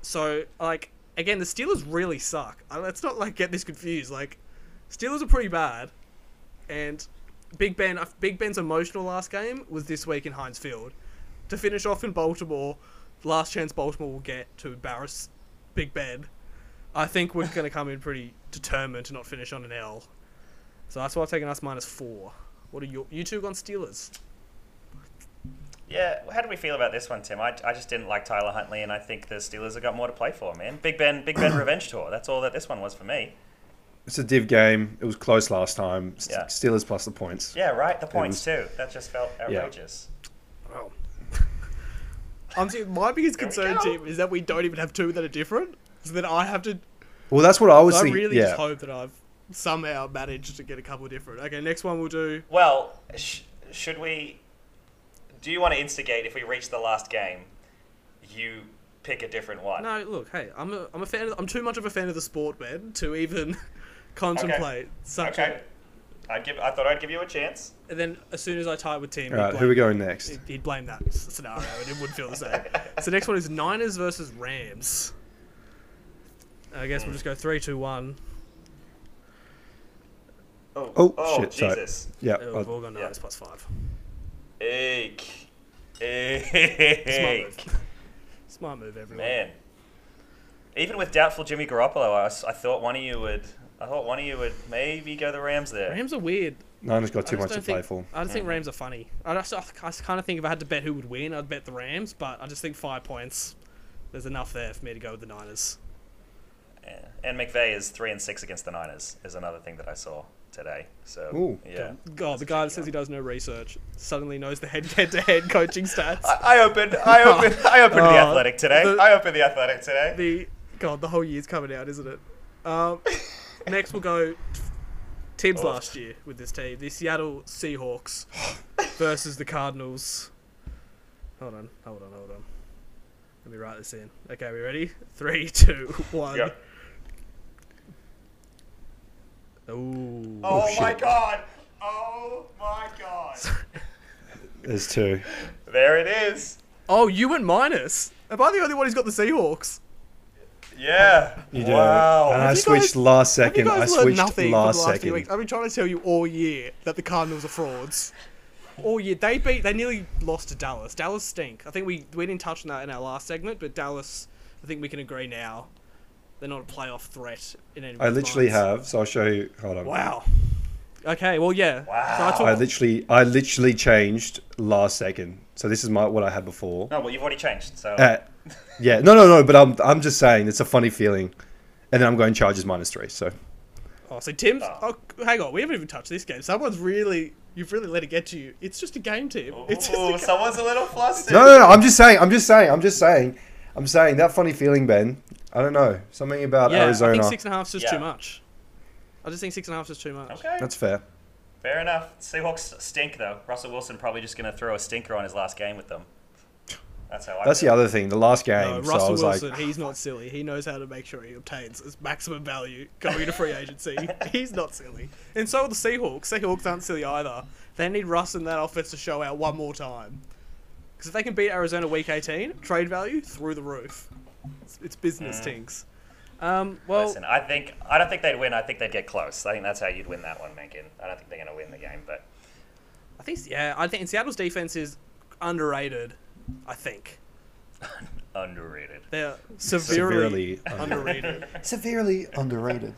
[SPEAKER 3] so, like, again, the Steelers really suck. Uh, Let's not, like, get this confused. Like, Steelers are pretty bad. And Big Ben, uh, Big Ben's emotional last game was this week in Heinz Field. To finish off in Baltimore, last chance Baltimore will get to embarrass Big Ben. I think we're going to come in pretty determined to not finish on an L. So that's why I've taken us minus four. What are your you two gone Steelers?
[SPEAKER 1] Yeah, how do we feel about this one, Tim? I, I just didn't like Tyler Huntley, and I think the Steelers have got more to play for, man. Big Ben, Big
[SPEAKER 2] *coughs*
[SPEAKER 1] Ben revenge tour. That's all that this one was for me.
[SPEAKER 2] it's a div game. It was close last time. St-
[SPEAKER 1] Yeah.
[SPEAKER 2] Steelers plus the points.
[SPEAKER 1] Yeah, right. The points too. That just felt
[SPEAKER 2] Yeah.
[SPEAKER 1] outrageous.
[SPEAKER 3] Oh. *laughs* I'm see- my biggest
[SPEAKER 1] There we
[SPEAKER 3] concern,
[SPEAKER 1] go.
[SPEAKER 3] Tim, is that we don't even have two that are different. So that I have to.
[SPEAKER 2] Well, that's what I was
[SPEAKER 3] I
[SPEAKER 2] thinking.
[SPEAKER 3] really
[SPEAKER 2] yeah.
[SPEAKER 3] just hope that I've somehow managed to get a couple different. Okay, next one we'll do.
[SPEAKER 1] Well, sh- should we? Do you want to instigate if we reach the last game? You pick a different one.
[SPEAKER 3] No, look, hey, I'm a, I'm a fan. Of, I'm too much of a fan of the sport, man, to even *laughs* contemplate such.
[SPEAKER 1] Okay. I'd give. I thought I'd give you a chance.
[SPEAKER 3] A, and then as soon as I tie with team,
[SPEAKER 2] All right, who we going next?
[SPEAKER 3] he'd, he'd blame that s- scenario, and it would feel the same. so next one is Niners versus Rams. I guess we'll just go three, two, one.
[SPEAKER 1] Oh,
[SPEAKER 2] Oh, shit, sorry.
[SPEAKER 1] Jesus.
[SPEAKER 2] Yeah.
[SPEAKER 3] Oh,
[SPEAKER 2] I'll-
[SPEAKER 3] We've all gone
[SPEAKER 1] yeah.
[SPEAKER 3] Niners plus five.
[SPEAKER 1] Eek.
[SPEAKER 3] Smart
[SPEAKER 1] Eek.
[SPEAKER 3] move. Smart move, everyone.
[SPEAKER 1] Man. Even with doubtful Jimmy Garoppolo, I, s- I thought one of you would. I thought one of you would maybe go the Rams there.
[SPEAKER 3] Rams are weird.
[SPEAKER 2] Niners got too
[SPEAKER 3] I just
[SPEAKER 2] much to
[SPEAKER 3] don't
[SPEAKER 2] play
[SPEAKER 3] think-
[SPEAKER 2] for.
[SPEAKER 3] I just think Rams are funny. I just, I kind of think if I had to bet who would win, I'd bet the Rams, but I just think five points, there's enough there for me to go with the Niners.
[SPEAKER 1] Yeah. And McVay is three and six against the Niners is another thing that I saw today. So
[SPEAKER 2] Ooh.
[SPEAKER 1] yeah.
[SPEAKER 3] God, oh, the guy that says he does no research suddenly knows the head head to head *laughs* coaching stats.
[SPEAKER 1] I, I opened.
[SPEAKER 2] *laughs*
[SPEAKER 1] I opened. I opened the
[SPEAKER 3] Oh,
[SPEAKER 1] athletic today.
[SPEAKER 3] the-
[SPEAKER 1] I opened the athletic today.
[SPEAKER 3] The God, the whole year's coming out, isn't it?
[SPEAKER 1] *laughs*
[SPEAKER 3] Um, next we'll go Tibbs
[SPEAKER 1] Oh.
[SPEAKER 3] last year with this team, the Seattle
[SPEAKER 1] *laughs*
[SPEAKER 3] Seahawks versus the Cardinals. Hold on, hold on, hold on. Let me write this in. Okay, we ready? Three, two, one.
[SPEAKER 1] Yeah.
[SPEAKER 3] Ooh.
[SPEAKER 1] Oh,
[SPEAKER 2] Oh,
[SPEAKER 1] my
[SPEAKER 2] shit.
[SPEAKER 1] god. Oh my god.
[SPEAKER 2] There's two.
[SPEAKER 1] There it is.
[SPEAKER 3] Oh, you went minus. Am I the only one who's got the Seahawks?
[SPEAKER 1] Yeah.
[SPEAKER 2] *laughs* You do.
[SPEAKER 1] wow.
[SPEAKER 2] And I
[SPEAKER 3] you
[SPEAKER 2] switched
[SPEAKER 3] guys-
[SPEAKER 2] last
[SPEAKER 3] Have you
[SPEAKER 2] second. I
[SPEAKER 3] guys learned
[SPEAKER 2] switched
[SPEAKER 3] nothing
[SPEAKER 2] last,
[SPEAKER 3] from the last few
[SPEAKER 2] second.
[SPEAKER 3] weeks? I've been trying to tell you all year that the Cardinals are frauds. All year they beat, they nearly lost to Dallas. Dallas stink. I think we we didn't touch on that in our last segment, but Dallas, I think we can agree now, they're not a playoff threat in any.
[SPEAKER 2] I literally
[SPEAKER 3] minds.
[SPEAKER 2] have. So I'll show you. Hold on.
[SPEAKER 3] Wow. Okay. Well, yeah.
[SPEAKER 1] Wow.
[SPEAKER 3] So
[SPEAKER 2] I
[SPEAKER 3] I took,
[SPEAKER 2] literally, I literally changed last second. So this is my what I had before.
[SPEAKER 1] No, well, you've already changed. So
[SPEAKER 2] Uh, yeah, no, no, no. But I'm, I'm just saying it's a funny feeling, and then I'm going Chargers minus three. So
[SPEAKER 3] oh, so Tim's.
[SPEAKER 1] Oh.
[SPEAKER 3] Oh. hang on. We haven't even touched this game. Someone's really. You've really let it get to you. It's just a game, Tim. It's just a
[SPEAKER 2] Oh,
[SPEAKER 1] Ooh, *laughs*
[SPEAKER 3] game.
[SPEAKER 1] someone's a little flustered.
[SPEAKER 2] no, no, no. I'm just saying. I'm just saying. I'm just saying. I'm saying that funny feeling, Ben. I don't know something about
[SPEAKER 3] yeah, I
[SPEAKER 2] Arizona.
[SPEAKER 3] think six and a half is just
[SPEAKER 1] Yeah.
[SPEAKER 3] too much. I just think six and a half is just too much.
[SPEAKER 1] Okay.
[SPEAKER 2] That's fair.
[SPEAKER 1] Fair enough. Seahawks stink though. Russell Wilson probably just going to throw a stinker on his last game with them. That's how I.
[SPEAKER 2] That's the
[SPEAKER 1] feel.
[SPEAKER 2] other thing. The last
[SPEAKER 3] No,
[SPEAKER 2] game. so I
[SPEAKER 3] uh, Russell
[SPEAKER 2] was
[SPEAKER 3] Wilson,
[SPEAKER 2] like,
[SPEAKER 3] he's not silly. He knows how to make sure he obtains his maximum value going to
[SPEAKER 2] *laughs*
[SPEAKER 3] free agency. he's not silly. And so are the Seahawks. Seahawks aren't silly either. They need Russ and that offense to show out one more time. Because if they can beat Arizona week 18, trade value through the roof. It's, it's business,
[SPEAKER 2] Mm.
[SPEAKER 3] Tings. Um, well,
[SPEAKER 1] Listen, I think I don't think they'd win. I think they'd get close. I think that's how you'd win that one, Megan. I don't think they're going to win the game, but
[SPEAKER 3] I think, yeah, I think Seattle's defense is underrated, I think.
[SPEAKER 1] underrated.
[SPEAKER 3] They're severely,
[SPEAKER 2] severely,
[SPEAKER 3] underrated.
[SPEAKER 2] severely underrated.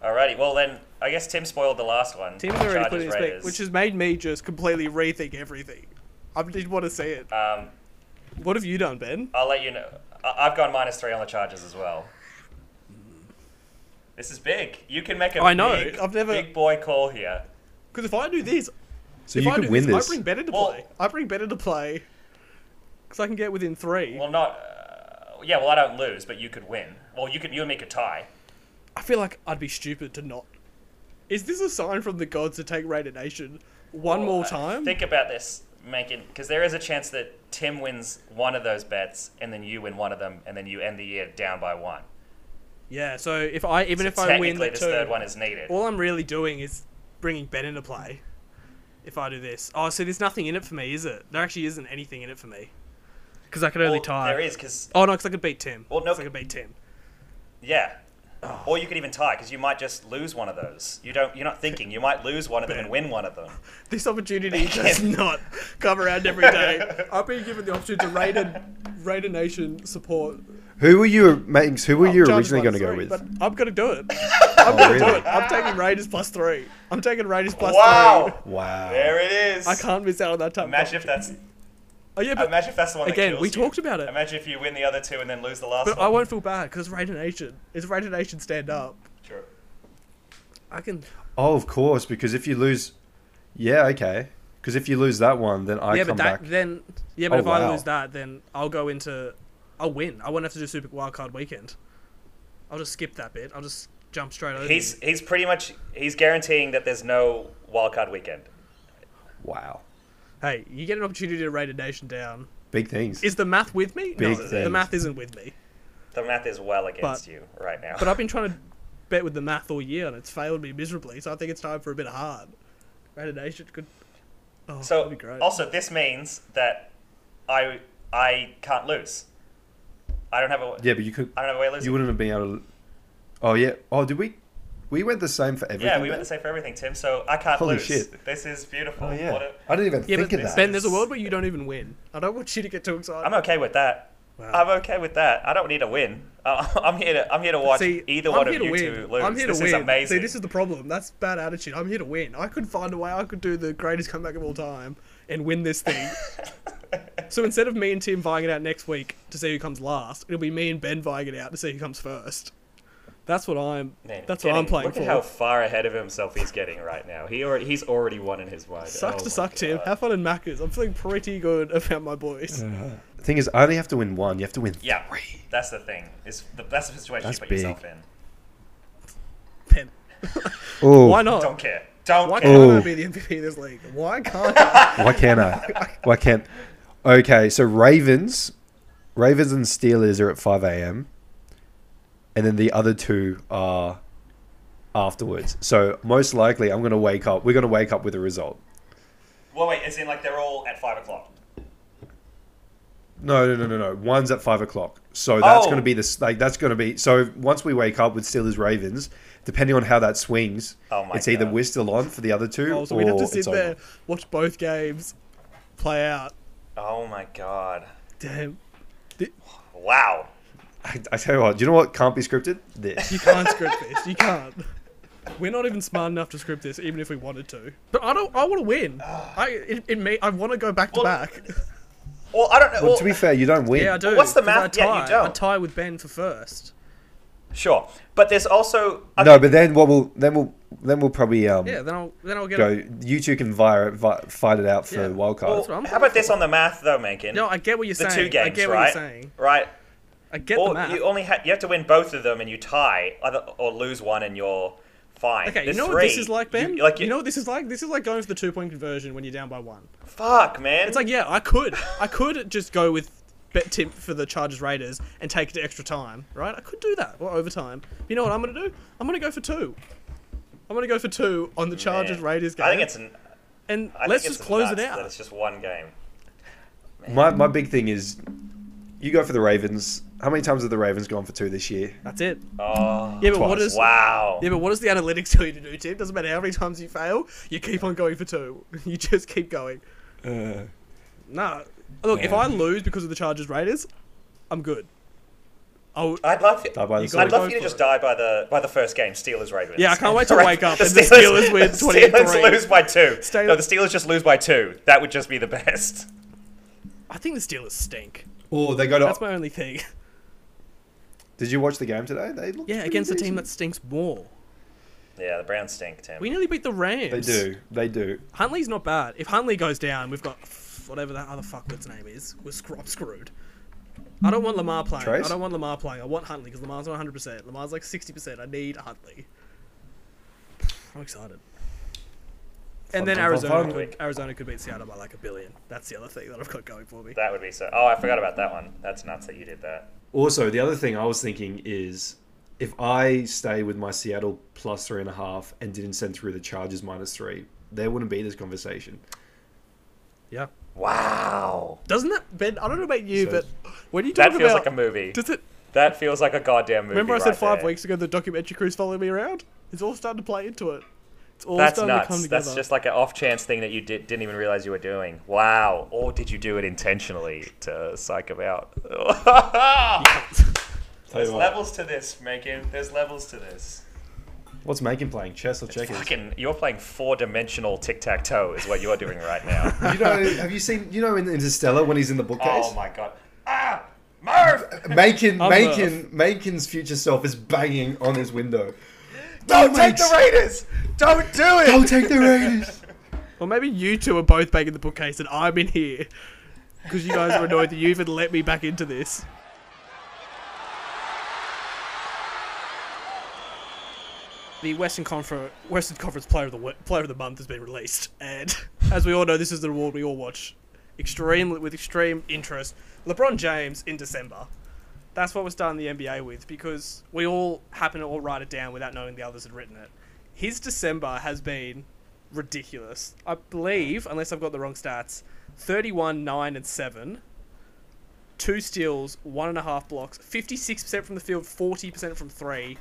[SPEAKER 1] Alrighty, well then, I guess Tim spoiled the last one.
[SPEAKER 3] Tim's
[SPEAKER 1] Chargers,
[SPEAKER 3] already put it in his pick,
[SPEAKER 1] Raiders.
[SPEAKER 3] which has made me just completely rethink everything. I didn't want to say it.
[SPEAKER 1] Um,
[SPEAKER 3] What have you done, Ben?
[SPEAKER 1] I'll let you know. I- I've gone minus three on the Chargers as well. This is big. You can make a
[SPEAKER 3] I know,
[SPEAKER 1] Big,
[SPEAKER 3] I've never-
[SPEAKER 1] big boy call here.
[SPEAKER 3] Because if I do this,
[SPEAKER 2] So
[SPEAKER 3] if
[SPEAKER 2] you
[SPEAKER 3] I
[SPEAKER 2] could
[SPEAKER 3] do
[SPEAKER 2] win
[SPEAKER 3] this,
[SPEAKER 2] this.
[SPEAKER 3] I bring better to
[SPEAKER 1] Well-
[SPEAKER 3] play. I bring better to play. Because I can get within three.
[SPEAKER 1] Well, not. Uh, yeah, well, I don't lose, but you could win. Well, you could. You and me could tie.
[SPEAKER 3] I feel like I'd be stupid to not. Is this a sign from the gods to take Raider Nation one more
[SPEAKER 1] Uh,
[SPEAKER 3] time?
[SPEAKER 1] Think about this, Mankin, because there is a chance that Tim wins one of those bets, and then you win one of them, and then you end the year down by one.
[SPEAKER 3] yeah. So if I even if
[SPEAKER 1] so
[SPEAKER 3] I win
[SPEAKER 1] technically,
[SPEAKER 3] the
[SPEAKER 1] this
[SPEAKER 3] two,
[SPEAKER 1] third one is needed.
[SPEAKER 3] all I'm really doing is bringing Ben into play. If I do this, oh, so there's nothing in it for me, is it? There actually isn't anything in it for me. Because I could only
[SPEAKER 1] Well,
[SPEAKER 3] tie.
[SPEAKER 1] There is, because
[SPEAKER 3] Oh no, because I could beat Tim.
[SPEAKER 1] Well, no,
[SPEAKER 3] 'Cause I could beat Tim.
[SPEAKER 1] yeah. Or you could even tie, because you might just lose one of those. You don't. You're not thinking. You might lose one of them and win one of them.
[SPEAKER 3] This
[SPEAKER 1] *laughs*
[SPEAKER 3] opportunity does not come around every day. I've been given the option to Raider, Raider Nation support.
[SPEAKER 2] Who were you, mates? Who were you
[SPEAKER 3] Chargers
[SPEAKER 2] originally going to
[SPEAKER 3] Oh, minus
[SPEAKER 2] go
[SPEAKER 3] three,
[SPEAKER 2] with?
[SPEAKER 3] But I'm going to
[SPEAKER 2] *laughs*
[SPEAKER 3] do it.
[SPEAKER 2] Oh,
[SPEAKER 3] do
[SPEAKER 2] really?
[SPEAKER 3] it. I'm taking Raiders plus three. I'm taking Raiders plus three.
[SPEAKER 1] Wow.
[SPEAKER 2] Wow.
[SPEAKER 1] There it is.
[SPEAKER 3] I can't miss out on that time.
[SPEAKER 1] Imagine if that's.
[SPEAKER 3] Oh yeah, but,
[SPEAKER 1] Imagine if that's the one.
[SPEAKER 3] Again,
[SPEAKER 1] that kills
[SPEAKER 3] we
[SPEAKER 1] you.
[SPEAKER 3] talked about it.
[SPEAKER 1] Imagine if you win the other two and then lose the last
[SPEAKER 3] but
[SPEAKER 1] one.
[SPEAKER 3] I won't feel bad because Raider Nation. It's Raider Nation stand up.
[SPEAKER 1] Sure.
[SPEAKER 3] I can.
[SPEAKER 2] Oh, of course, because if you lose, yeah, okay. Because if you lose that one, then I
[SPEAKER 3] yeah,
[SPEAKER 2] come
[SPEAKER 3] but that
[SPEAKER 2] back.
[SPEAKER 3] then. Yeah, but
[SPEAKER 2] Oh,
[SPEAKER 3] if I
[SPEAKER 2] wow.
[SPEAKER 3] lose that, then I'll go into. I'll win. I won't have to do Super Wildcard Weekend. I'll just skip that bit. I'll just jump straight over. you.
[SPEAKER 1] He's he's pretty much he's guaranteeing that there's no wildcard weekend.
[SPEAKER 2] Wow,
[SPEAKER 3] Hey, you get an opportunity to rate a nation down.
[SPEAKER 2] big things.
[SPEAKER 3] Is the math with me? no,
[SPEAKER 2] Big
[SPEAKER 3] the
[SPEAKER 2] things.
[SPEAKER 3] math isn't with me.
[SPEAKER 1] The math is well against
[SPEAKER 3] But-
[SPEAKER 1] you right now.
[SPEAKER 3] But I've been trying to bet with the math all year and it's failed me miserably. So I think it's time for a bit of hard. Raider Nation could. Oh, that'd
[SPEAKER 1] so
[SPEAKER 3] be great.
[SPEAKER 1] also this means that I I can't lose. I don't have a
[SPEAKER 2] yeah, but you could.
[SPEAKER 1] I don't have a way of losing.
[SPEAKER 2] You wouldn't have been able to. Oh yeah. Oh, did we? We went the same for everything.
[SPEAKER 1] yeah, we went
[SPEAKER 2] then?
[SPEAKER 1] the same for everything, Tim. So I can't
[SPEAKER 2] Holy
[SPEAKER 1] lose.
[SPEAKER 2] shit.
[SPEAKER 1] This is beautiful.
[SPEAKER 2] Oh yeah.
[SPEAKER 1] What a-
[SPEAKER 2] I didn't even
[SPEAKER 3] Yeah,
[SPEAKER 2] think
[SPEAKER 3] but
[SPEAKER 2] of that.
[SPEAKER 3] Ben, there's a world where you don't even win. I don't want you to get too excited.
[SPEAKER 1] I'm okay with that.
[SPEAKER 3] Wow.
[SPEAKER 1] I'm okay with that. I don't need a win. *laughs* Uh, I'm here to I'm here to watch
[SPEAKER 3] See,
[SPEAKER 1] either
[SPEAKER 3] I'm
[SPEAKER 1] one of
[SPEAKER 3] here to
[SPEAKER 1] you
[SPEAKER 3] win.
[SPEAKER 1] two lose.
[SPEAKER 3] I'm here
[SPEAKER 1] this
[SPEAKER 3] to
[SPEAKER 1] is
[SPEAKER 3] win.
[SPEAKER 1] amazing.
[SPEAKER 3] See, this is the problem. That's bad attitude. I'm here to win. I could find a way. I could do the greatest comeback of all time and win
[SPEAKER 1] *laughs*
[SPEAKER 3] this thing. so instead of me and Tim vying it out next week to see who comes last, it'll be me and Ben vying it out to see who comes first. That's what I'm.
[SPEAKER 1] Man,
[SPEAKER 3] that's what
[SPEAKER 1] getting-
[SPEAKER 3] I'm playing
[SPEAKER 1] look
[SPEAKER 3] for.
[SPEAKER 1] at how far ahead of himself he's getting right now. He already, he's already won in his mind.
[SPEAKER 3] Sucks
[SPEAKER 1] Oh
[SPEAKER 3] to
[SPEAKER 1] my
[SPEAKER 3] suck, Tim.
[SPEAKER 1] God.
[SPEAKER 3] Have fun in Macca's. I'm feeling pretty good about my boys.
[SPEAKER 2] The thing is, I only have to win one. You have to win
[SPEAKER 1] Yeah,
[SPEAKER 2] three.
[SPEAKER 1] that's the thing. It's the, that's the situation
[SPEAKER 2] That's
[SPEAKER 1] you put
[SPEAKER 2] big.
[SPEAKER 1] yourself in.
[SPEAKER 3] Ben,
[SPEAKER 2] Oh,
[SPEAKER 3] why not?
[SPEAKER 1] Don't care. Don't
[SPEAKER 3] Why
[SPEAKER 1] care.
[SPEAKER 3] can't I
[SPEAKER 2] Oh.
[SPEAKER 3] be the MVP of this league? Why
[SPEAKER 1] *laughs*
[SPEAKER 3] can't I?
[SPEAKER 2] Why can't I? Why can't? Okay, so Ravens, Ravens and Steelers are at five a.m. And then the other two are afterwards. So most likely, I'm gonna wake up. We're gonna wake up with a result.
[SPEAKER 1] Well, wait. It's in like they're all at five o'clock.
[SPEAKER 2] No, no, no, no, no. One's at five o'clock. So that's
[SPEAKER 1] Oh.
[SPEAKER 2] gonna be this. Like that's gonna be. So once we wake up with Steelers Ravens, depending on how that swings,
[SPEAKER 1] Oh my
[SPEAKER 2] it's either
[SPEAKER 1] God.
[SPEAKER 2] we're still on for the other two,
[SPEAKER 3] Oh, so
[SPEAKER 2] or
[SPEAKER 3] we'd have to
[SPEAKER 2] it's
[SPEAKER 3] sit
[SPEAKER 2] over.
[SPEAKER 3] there, watch both games play out.
[SPEAKER 1] Oh my god!
[SPEAKER 3] Damn,
[SPEAKER 1] Wow.
[SPEAKER 2] I, I tell you what. Do you know what can't be scripted?
[SPEAKER 3] *laughs*
[SPEAKER 2] This.
[SPEAKER 3] you can't script this. You can't. We're not even smart enough to script this, even if we wanted to. But I don't. I want to win. I it, it may, I want to go back to
[SPEAKER 1] Well,
[SPEAKER 3] back.
[SPEAKER 1] Well, I don't know.
[SPEAKER 2] Well,
[SPEAKER 1] Well,
[SPEAKER 2] to be fair, you don't win.
[SPEAKER 3] Yeah, I do.
[SPEAKER 1] what's the
[SPEAKER 3] 'cause I
[SPEAKER 1] math? Yeah, you
[SPEAKER 3] tie. I
[SPEAKER 1] don't.
[SPEAKER 3] tie with Ben for first.
[SPEAKER 1] sure, but there's also okay,
[SPEAKER 2] No, but then what we'll then we'll then we'll probably um
[SPEAKER 3] Yeah, then I'll then I'll get.
[SPEAKER 2] go.
[SPEAKER 3] A,
[SPEAKER 2] You two can vi- vi- fight it out for
[SPEAKER 3] Yeah.
[SPEAKER 2] wild
[SPEAKER 1] well,
[SPEAKER 2] cards.
[SPEAKER 3] what I'm
[SPEAKER 1] how about
[SPEAKER 3] hoping
[SPEAKER 1] this on the math though, Mankin?
[SPEAKER 3] no, I get what you're
[SPEAKER 1] the
[SPEAKER 3] saying.
[SPEAKER 1] two games,
[SPEAKER 3] I get what
[SPEAKER 1] right?
[SPEAKER 3] you're saying.
[SPEAKER 1] Right.
[SPEAKER 3] I get the
[SPEAKER 1] Or
[SPEAKER 3] math.
[SPEAKER 1] you only ha- you have to win both of them and you tie, either, or lose one and you're fine.
[SPEAKER 3] Okay,
[SPEAKER 1] The
[SPEAKER 3] you know what
[SPEAKER 1] three,
[SPEAKER 3] this is like, Ben?
[SPEAKER 1] You, like
[SPEAKER 3] you know what this is like? This is like going for the two point conversion when you're down by one.
[SPEAKER 1] fuck, man.
[SPEAKER 3] It's like, yeah, I could. I could just go with bet tip for the Chargers Raiders and take it to extra time, right? I could do that or overtime. You know what I'm going to do? I'm going to go for two. I'm going to go for two on the Chargers
[SPEAKER 1] Man.
[SPEAKER 3] Raiders game.
[SPEAKER 1] I think it's an.
[SPEAKER 3] and
[SPEAKER 1] I
[SPEAKER 3] let's
[SPEAKER 1] think
[SPEAKER 3] just
[SPEAKER 1] it's
[SPEAKER 3] close it
[SPEAKER 1] nuts That
[SPEAKER 3] out.
[SPEAKER 1] it's just one game.
[SPEAKER 2] My my big thing is, you go for the Ravens. How many times have the Ravens gone for two this year?
[SPEAKER 3] That's it.
[SPEAKER 1] Oh,
[SPEAKER 3] Yeah, but what
[SPEAKER 2] Twice.
[SPEAKER 3] is
[SPEAKER 1] wow.
[SPEAKER 3] Yeah, but what does the analytics tell you to do, Tim? Doesn't matter how many times you fail, you keep on going for two. *laughs* You just keep going.
[SPEAKER 1] Uh.
[SPEAKER 3] No, look, if I lose because of the Chargers Raiders, I'm good. Oh,
[SPEAKER 1] I'd love you.
[SPEAKER 2] Die by the
[SPEAKER 1] I'd
[SPEAKER 2] sword.
[SPEAKER 1] love for you
[SPEAKER 3] Go
[SPEAKER 1] to
[SPEAKER 3] for
[SPEAKER 1] just
[SPEAKER 3] it.
[SPEAKER 1] die by the by the first game, Steelers Ravens.
[SPEAKER 3] Yeah, I
[SPEAKER 1] *laughs*
[SPEAKER 3] can't wait to wake up and the Steelers win
[SPEAKER 1] The
[SPEAKER 3] 28-3.
[SPEAKER 1] Steelers lose by two.
[SPEAKER 3] Stay-
[SPEAKER 1] no, the Steelers just lose by two. That would just be the *laughs* best.
[SPEAKER 3] I think the Steelers stink.
[SPEAKER 2] Or they go to.
[SPEAKER 3] That's my only thing. *laughs*
[SPEAKER 2] Did you watch the game today? They looked
[SPEAKER 3] Yeah,
[SPEAKER 2] pretty
[SPEAKER 3] against a team
[SPEAKER 2] decent.
[SPEAKER 3] that stinks more.
[SPEAKER 1] Yeah, the Browns stink, Tim.
[SPEAKER 3] We nearly beat the Rams.
[SPEAKER 2] They do. They do.
[SPEAKER 3] Huntley's not bad. If Huntley goes down, we've got f- whatever that other fuckwit's name is. We're scr- screwed. I don't want Lamar playing.
[SPEAKER 2] Trace?
[SPEAKER 3] I don't want Lamar playing. I want Huntley because Lamar's not 100%. Lamar's like 60%. I need Huntley. I'm excited.
[SPEAKER 2] Fun,
[SPEAKER 3] And then
[SPEAKER 2] fun, fun,
[SPEAKER 3] Arizona,
[SPEAKER 2] fun.
[SPEAKER 3] could, Arizona could beat Seattle by like a billion. That's the other thing that I've got going for me.
[SPEAKER 1] That would be so. Oh, I forgot about that one. That's nuts that you did that.
[SPEAKER 2] Also, the other thing I was thinking is if I stay with my Seattle plus three and a half and didn't send through the Chargers minus three, there wouldn't be this conversation.
[SPEAKER 3] Yeah.
[SPEAKER 1] Wow.
[SPEAKER 3] Doesn't that Ben? I don't know about you,
[SPEAKER 2] So-
[SPEAKER 3] but when you talk
[SPEAKER 1] That feels
[SPEAKER 3] about
[SPEAKER 1] like a movie.
[SPEAKER 3] does it?
[SPEAKER 1] That feels like a goddamn movie.
[SPEAKER 3] Remember I said
[SPEAKER 1] right
[SPEAKER 3] five
[SPEAKER 1] there.
[SPEAKER 3] weeks ago the documentary crew's following me around. It's all starting to play into it. It's all
[SPEAKER 1] That's
[SPEAKER 3] starting to come
[SPEAKER 1] nuts.
[SPEAKER 3] together.
[SPEAKER 1] That's just like an off chance thing that you did, didn't even realize you were doing. Wow. Or did you do it intentionally to psych him *laughs* out?
[SPEAKER 2] Tell
[SPEAKER 1] There's
[SPEAKER 2] you what,
[SPEAKER 1] levels to this, Macon. There's levels to this.
[SPEAKER 2] what's making playing chess or checkers?
[SPEAKER 1] Fucking, you're playing four dimensional tic tac toe, is what you're doing right now.
[SPEAKER 2] You know, have you seen? You know, in Interstellar when he's in the bookcase,
[SPEAKER 1] oh my god. Ah! Murph!
[SPEAKER 2] Macon,
[SPEAKER 3] I'm
[SPEAKER 2] Macon, Macon's future self is banging on his window.
[SPEAKER 1] Don't take
[SPEAKER 2] Mace.
[SPEAKER 1] the Raiders! Don't do it!
[SPEAKER 2] Don't take the Raiders. *laughs*
[SPEAKER 3] Or maybe you two are both back in the bookcase and I'm in here because you guys are annoyed that you even let me back into this. The Western Conference Western Conference Player of the Wo- Player of the Month has been released, and as we all know, this is an award we all watch extremely with extreme interest. LeBron James in December. That's what we're starting the NBA with because we all happen to all write it down without knowing the others had written it. His December has been ridiculous. I believe, unless I've got the wrong stats, 31, 9, and 7. Two steals, one and a half blocks, 56% from the field, 40% from three,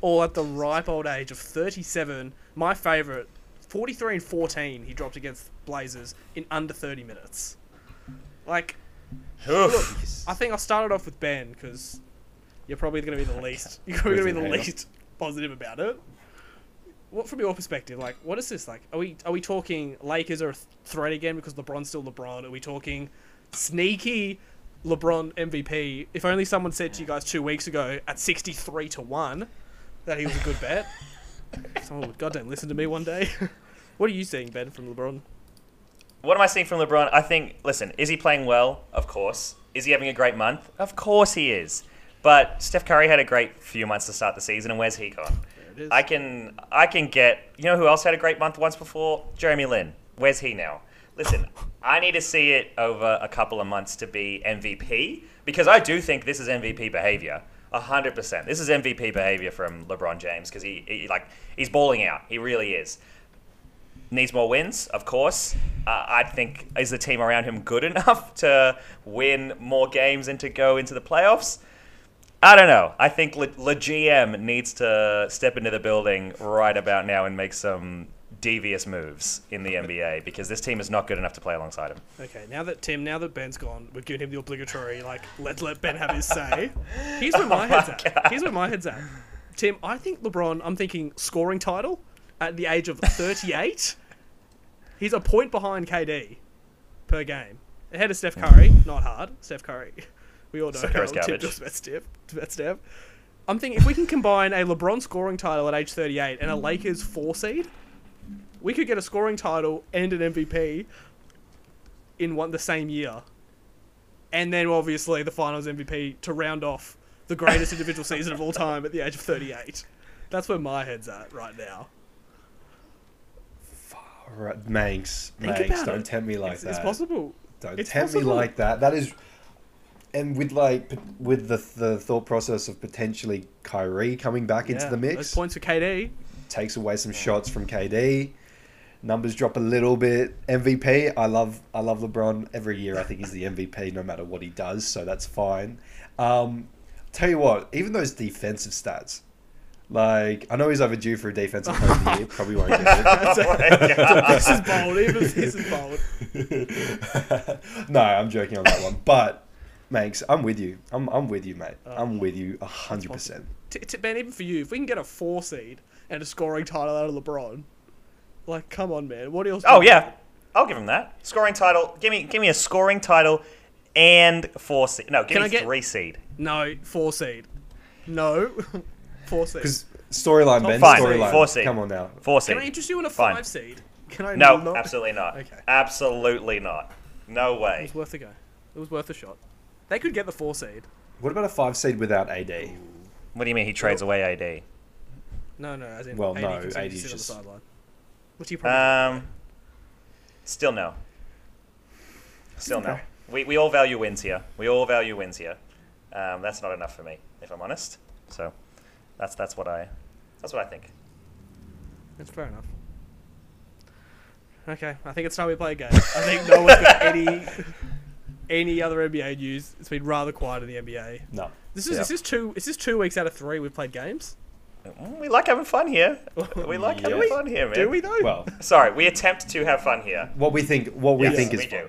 [SPEAKER 3] all at the ripe old age of 37. My favourite, 43 and 14 he dropped against Blazers in under 30 minutes. Like,
[SPEAKER 1] Oof.
[SPEAKER 3] I think I'll start it off with Ben because you're probably going to be the least. You're probably going to be the
[SPEAKER 2] Rhythm hater.
[SPEAKER 3] least positive about it. What from your perspective, like, what is this like? Are we are we talking Lakers are a th- threat again because LeBron's still LeBron? Are we talking sneaky LeBron MVP? If only someone said to you guys two weeks ago at sixty three to one that he was a good bet. someone would goddamn listen to me one day. *laughs* what are you seeing, Ben, from LeBron?
[SPEAKER 1] What am I seeing from LeBron? I think, listen, is he playing well? Of course. Is he having a great month? Of course he is. But Steph Curry had a great few months to start the season, and where's he gone?
[SPEAKER 3] it is.
[SPEAKER 1] I can, I can get. You know who else had a great month once before? Jeremy Lin. Where's he now? Listen, I need to see it over a couple of months to be MVP because I do think this is MVP behavior. hundred percent. This is MVP behavior from LeBron James because he, he like he's balling out. He really is needs more wins, of course. Uh, I think is the team around him good *laughs* enough to win more games and to go into the playoffs? I don't know. I think Le, Le GM needs to step into the building right about now and make some devious moves in the NBA because this team is not good enough to play alongside
[SPEAKER 3] *laughs*
[SPEAKER 1] him.
[SPEAKER 3] Okay, now that Tim, now that Ben's gone, we're giving him the obligatory like let's let Ben have his say. Here's where
[SPEAKER 1] *laughs* Oh
[SPEAKER 3] my head's at. Here's where my head's at. Tim, I think LeBron. I'm thinking scoring title at the age of 38. He's a point behind KD per game, ahead of Steph Curry. Not hard, Steph Curry. We all know
[SPEAKER 1] Steph
[SPEAKER 3] how
[SPEAKER 1] Curry's
[SPEAKER 3] Tim
[SPEAKER 1] garbage.
[SPEAKER 3] talks about Steph. About Steph. I'm thinking if we can combine a LeBron scoring title at age 38 and a Lakers four seed, we could get a scoring title and an MVP in one the same year. And then obviously the finals MVP to round off the greatest individual season of all time at the age of 38. That's where my head's at right now.
[SPEAKER 2] All right, Manx,
[SPEAKER 3] Think
[SPEAKER 2] Manx,
[SPEAKER 3] about
[SPEAKER 2] don't
[SPEAKER 3] it.
[SPEAKER 2] tempt me like
[SPEAKER 3] It's,
[SPEAKER 2] that.
[SPEAKER 3] it's possible.
[SPEAKER 2] Don't
[SPEAKER 3] It's
[SPEAKER 2] tempt
[SPEAKER 3] possible.
[SPEAKER 2] me like that. That is, and with like p- with the the thought process of potentially Kyrie coming back into
[SPEAKER 3] Yeah,
[SPEAKER 2] the
[SPEAKER 3] Those
[SPEAKER 2] mix
[SPEAKER 3] points for KD.
[SPEAKER 2] *laughs* takes away some shots from KD. Numbers drop a little bit. MVP. I love I love LeBron every year. I think he's the MVP no matter what he does, so that's fine. Um, tell you what, even those defensive stats. Like I know he's overdue for a defensive player of the year. Probably won't get
[SPEAKER 3] *laughs*
[SPEAKER 2] it.
[SPEAKER 1] *laughs*
[SPEAKER 3] This is bold. Even this is bold.
[SPEAKER 2] no, I'm joking on that one. But Manx, I'm with you. I'm, I'm with you, mate.
[SPEAKER 1] Uh,
[SPEAKER 2] I'm with you 100%.
[SPEAKER 3] T- t- man, even for you, if we can get a four seed and a scoring title out of LeBron, like, come on, man. What else? do
[SPEAKER 1] Oh
[SPEAKER 3] you-
[SPEAKER 1] yeah, I'll give him that. Scoring title. Give me give me a scoring title and four seed. No, give
[SPEAKER 3] Can
[SPEAKER 1] me
[SPEAKER 3] I get-
[SPEAKER 1] three seed.
[SPEAKER 3] No, four seed. No, *laughs* four seed.
[SPEAKER 2] Because storyline, Ben.
[SPEAKER 1] Fine.
[SPEAKER 2] Storyline.
[SPEAKER 1] Four seed.
[SPEAKER 2] Come on now.
[SPEAKER 1] Four seed.
[SPEAKER 3] Can I interest you in a
[SPEAKER 1] Fine.
[SPEAKER 3] five seed? Can I?
[SPEAKER 1] no,
[SPEAKER 3] not?
[SPEAKER 1] absolutely not.
[SPEAKER 3] Okay.
[SPEAKER 1] Absolutely not. No
[SPEAKER 3] It
[SPEAKER 1] way.
[SPEAKER 3] was worth a go. It was worth a shot. They could get the four seed.
[SPEAKER 2] What about a five seed without AD?
[SPEAKER 1] What do you mean he trades away AD?
[SPEAKER 3] No, no, as in
[SPEAKER 2] Well,
[SPEAKER 3] AD
[SPEAKER 2] no,
[SPEAKER 3] continues to
[SPEAKER 2] AD 's
[SPEAKER 3] sit on the
[SPEAKER 2] just-
[SPEAKER 3] sideline. Which he probably
[SPEAKER 1] Um, still no. Still no. We, we all value wins here. We all value wins here. Um, that's not enough for me, if I'm honest. So, that's that's what I that's what I think.
[SPEAKER 3] That's fair enough. Okay, I think it's time we play a game. I think no one's
[SPEAKER 2] *laughs*
[SPEAKER 3] got any any other NBA news. It's been rather quiet in the NBA.
[SPEAKER 2] No.
[SPEAKER 3] This is
[SPEAKER 2] Yeah.
[SPEAKER 3] this is two is this two weeks out of three we've played games?
[SPEAKER 1] Mm, We like having fun here. We like
[SPEAKER 2] Yeah.
[SPEAKER 1] having
[SPEAKER 2] Do we?
[SPEAKER 1] fun here, man.
[SPEAKER 3] Do we though?
[SPEAKER 2] Well,
[SPEAKER 1] Sorry, we attempt to have fun here.
[SPEAKER 2] what we think, what we
[SPEAKER 1] Yes,
[SPEAKER 2] think is
[SPEAKER 1] we
[SPEAKER 2] fun.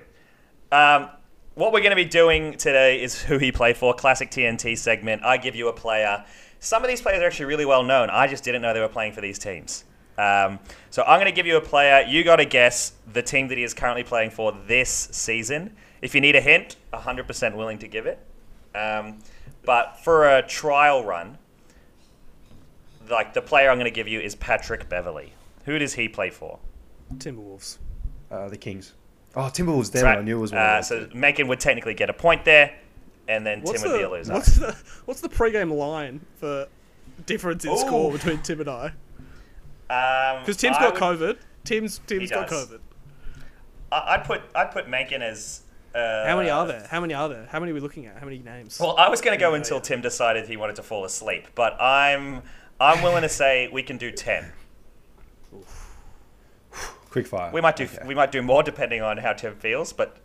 [SPEAKER 1] do. Um, what we're going to be doing today is who he played for. Classic TNT segment. I give you a player. Some of these players are actually really well known. I just didn't know they were playing for these teams. Um, so I'm going to give you a player. You got to guess the team that he is currently playing for this season. If you need a hint, 100% willing to give it. Um, but for a trial run, like the player I'm going to give you is Patrick Beverly. Who does he play for?
[SPEAKER 3] Timberwolves.
[SPEAKER 2] Uh, the Kings. Oh, Timberwolves. Damn
[SPEAKER 1] Right.
[SPEAKER 2] it, I knew it was one.
[SPEAKER 1] Uh,
[SPEAKER 2] of
[SPEAKER 1] so
[SPEAKER 2] those.
[SPEAKER 1] Macon would technically get a point there, and then
[SPEAKER 3] What's
[SPEAKER 1] Tim would be a
[SPEAKER 3] the
[SPEAKER 1] loser.
[SPEAKER 3] what's the what's the pregame line for difference in score
[SPEAKER 1] Ooh.
[SPEAKER 3] between Tim and I?
[SPEAKER 1] Um,
[SPEAKER 3] Because Tim's
[SPEAKER 1] I
[SPEAKER 3] got
[SPEAKER 1] would-
[SPEAKER 3] COVID. Tim's Tim's got
[SPEAKER 1] does.
[SPEAKER 3] COVID.
[SPEAKER 1] I- I'd put I'd put Macon as. Uh,
[SPEAKER 3] How many are there? How many are there? How many are we looking at? How many names?
[SPEAKER 1] Well, I was going to go
[SPEAKER 3] Yeah,
[SPEAKER 1] until
[SPEAKER 3] yeah.
[SPEAKER 1] Tim decided he wanted to fall asleep, but I'm I'm willing to say we can do ten.
[SPEAKER 2] Quick fire.
[SPEAKER 1] We might do
[SPEAKER 2] Okay.
[SPEAKER 1] we might do more depending on how Tim feels, but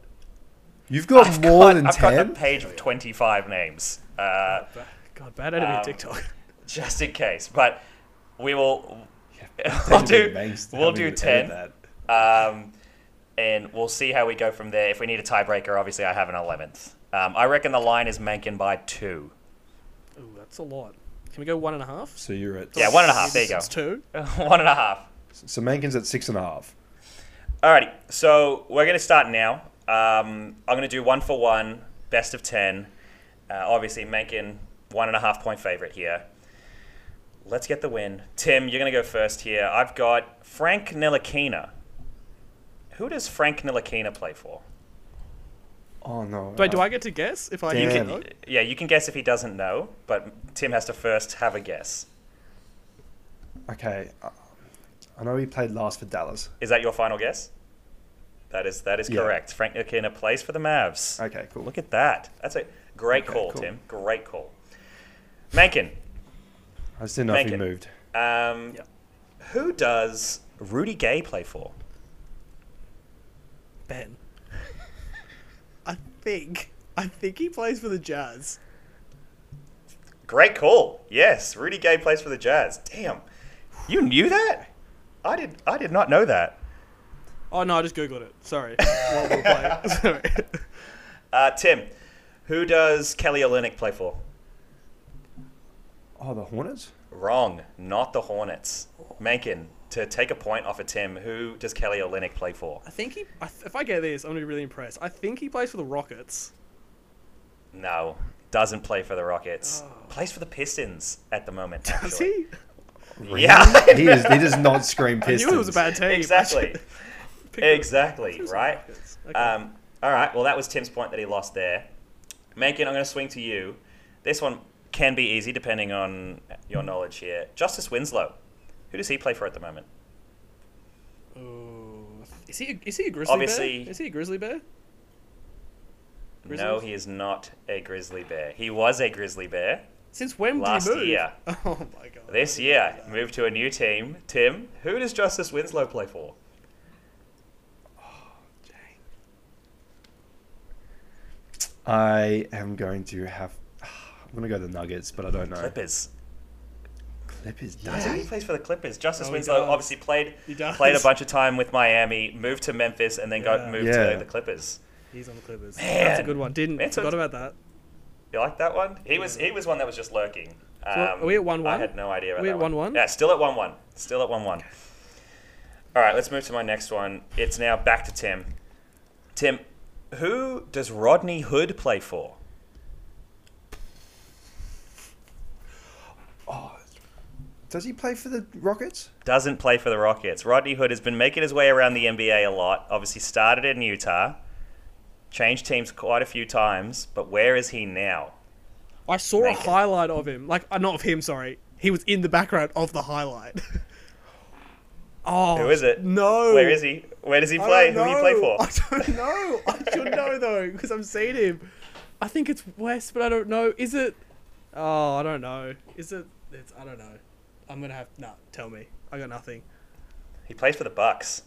[SPEAKER 2] You've got
[SPEAKER 1] I've
[SPEAKER 2] more
[SPEAKER 1] got-
[SPEAKER 2] than
[SPEAKER 1] I've got a
[SPEAKER 2] ten.
[SPEAKER 1] page of twenty five names. Uh,
[SPEAKER 3] God, bad enemy
[SPEAKER 1] um,
[SPEAKER 3] TikTok. *laughs*
[SPEAKER 1] just in case, but we will. *laughs*
[SPEAKER 2] That'd
[SPEAKER 1] we'll
[SPEAKER 2] be
[SPEAKER 1] do,
[SPEAKER 2] amazing how
[SPEAKER 1] we'll
[SPEAKER 2] we
[SPEAKER 1] do
[SPEAKER 2] would edit
[SPEAKER 1] 10.
[SPEAKER 2] that.
[SPEAKER 1] Um, and we'll see how we go from there. If we need a tiebreaker, obviously I have an 11th. Um, I reckon the line is Mankin by two. *laughs*
[SPEAKER 3] Ooh, that's a lot. Can we go one and a half?
[SPEAKER 2] So you're at.
[SPEAKER 1] Yeah, one and a half. There you go.
[SPEAKER 3] It's two.
[SPEAKER 1] One and a half.
[SPEAKER 2] So Mankin's at six and a half.
[SPEAKER 1] Alrighty. So we're going to start now. Um, I'm going to do one for one, best of 10. Uh, obviously, Mankin, one and a half point favorite here. Let's get the win. Tim, you're going to go first here. I've got Frank Nilakina. Who does Frank Nilakina play for?
[SPEAKER 2] Oh no.
[SPEAKER 3] Wait, do I get to guess if I
[SPEAKER 2] You
[SPEAKER 3] you
[SPEAKER 2] can-
[SPEAKER 3] know?
[SPEAKER 1] Yeah, you can guess if he doesn't know, but Tim has to first have a guess.
[SPEAKER 2] Okay. uh, I know he played last for Dallas.
[SPEAKER 1] Is that your final guess? That is that is
[SPEAKER 2] Yeah.
[SPEAKER 1] correct. Frank Ntilikina plays for the Mavs.
[SPEAKER 2] Okay, cool.
[SPEAKER 1] Look at that. That's a great
[SPEAKER 2] Okay,
[SPEAKER 1] call,
[SPEAKER 2] cool.
[SPEAKER 1] Tim. Great call. Mankin,
[SPEAKER 2] I just didn't know if he
[SPEAKER 1] Mankin.
[SPEAKER 2] moved.
[SPEAKER 1] um,
[SPEAKER 3] Yep.
[SPEAKER 1] who does Rudy Gay play for?
[SPEAKER 3] Ben. I think. I think he plays for the Jazz.
[SPEAKER 1] Great call. Yes, Rudy Gay plays for the Jazz. Damn, you knew that? I did. I did not know that.
[SPEAKER 3] Oh no, I just googled it.
[SPEAKER 1] *laughs*
[SPEAKER 3] Sorry. While we were playing. Sorry.
[SPEAKER 1] Uh, Tim, who does Kelly Olynyk play for?
[SPEAKER 2] Oh, the Hornets.
[SPEAKER 1] Wrong, not the Hornets. Mankin, to take a point off of Tim, who does Kelly Olynyk play for?
[SPEAKER 3] I think he. I th- if I get this, I'm gonna be really impressed. I think he plays for the Rockets.
[SPEAKER 1] No, doesn't play for the Rockets.
[SPEAKER 3] Oh.
[SPEAKER 1] Plays for the Pistons at the moment.
[SPEAKER 3] Is
[SPEAKER 1] actually.
[SPEAKER 3] he?
[SPEAKER 1] *laughs* Yeah,
[SPEAKER 2] *laughs* He is. He does not scream
[SPEAKER 3] *laughs* I
[SPEAKER 2] Pistons.
[SPEAKER 3] knew it was a bad team. I *laughs*
[SPEAKER 1] exactly,
[SPEAKER 3] should pick it.
[SPEAKER 1] exactly,
[SPEAKER 3] Who's the
[SPEAKER 1] right?
[SPEAKER 3] Rockets? Okay.
[SPEAKER 1] Um, all right, well, that was Tim's point that he lost there. Mankin, I'm going to swing to you. This one can be easy depending on your knowledge here. Justice Winslow, who does he play for at the moment?
[SPEAKER 3] Ooh. Is he? A, is he a grizzly
[SPEAKER 1] Obviously-
[SPEAKER 3] bear? Is he a grizzly bear?
[SPEAKER 1] No,
[SPEAKER 3] Grizzlies?
[SPEAKER 1] he is not a grizzly bear. He was a grizzly bear.
[SPEAKER 3] Since when
[SPEAKER 1] Last
[SPEAKER 3] did he move?
[SPEAKER 1] year.
[SPEAKER 3] *laughs* Oh my god.
[SPEAKER 1] This year, moved to a new team. Tim, who does Justice Winslow play for?
[SPEAKER 2] I am going to have. *sighs* I'm gonna go the Nuggets, but I don't know.
[SPEAKER 1] Clippers.
[SPEAKER 2] Clippers.
[SPEAKER 1] Does he? He plays for the Clippers. Justice
[SPEAKER 3] Oh, he
[SPEAKER 1] Winslow
[SPEAKER 3] does.
[SPEAKER 1] obviously played
[SPEAKER 3] He does.
[SPEAKER 1] played a bunch of time with Miami, moved to Memphis, and then got
[SPEAKER 3] Yeah.
[SPEAKER 1] moved
[SPEAKER 2] Yeah.
[SPEAKER 1] to the Clippers.
[SPEAKER 3] He's on the Clippers.
[SPEAKER 1] Man.
[SPEAKER 3] That's a good one. Didn't
[SPEAKER 1] That's a-
[SPEAKER 3] forgot about that.
[SPEAKER 1] You like that one? He was he was one that was just lurking. Um,
[SPEAKER 3] So, are we at 1-1?
[SPEAKER 1] I had no idea. About
[SPEAKER 3] We
[SPEAKER 1] that
[SPEAKER 3] at 1-1?
[SPEAKER 1] Yeah, still at one one. Still at one one. All right, let's move to my next one. It's now back to Tim. Tim, who does Rodney Hood play for?
[SPEAKER 2] Does he play for the Rockets?
[SPEAKER 1] Doesn't play for the Rockets. Rodney Hood has been making his way around the NBA a lot. Obviously, started in Utah, changed teams quite a few times, but where is he now?
[SPEAKER 3] I saw
[SPEAKER 1] Naked.
[SPEAKER 3] a highlight of him. Like, uh, not of him, sorry. He was in the background of the highlight. *laughs* oh.
[SPEAKER 1] Who is it?
[SPEAKER 3] No.
[SPEAKER 1] Where is he? Where does he play? Who do you play for?
[SPEAKER 3] *laughs* I don't know. I should know, though, because I've seen him. I think it's West, but I don't know. Is it. Oh, I don't know. Is it. It's, I don't know. I'm going to have. Nah, tell me. I got nothing.
[SPEAKER 1] He plays for the Bucks.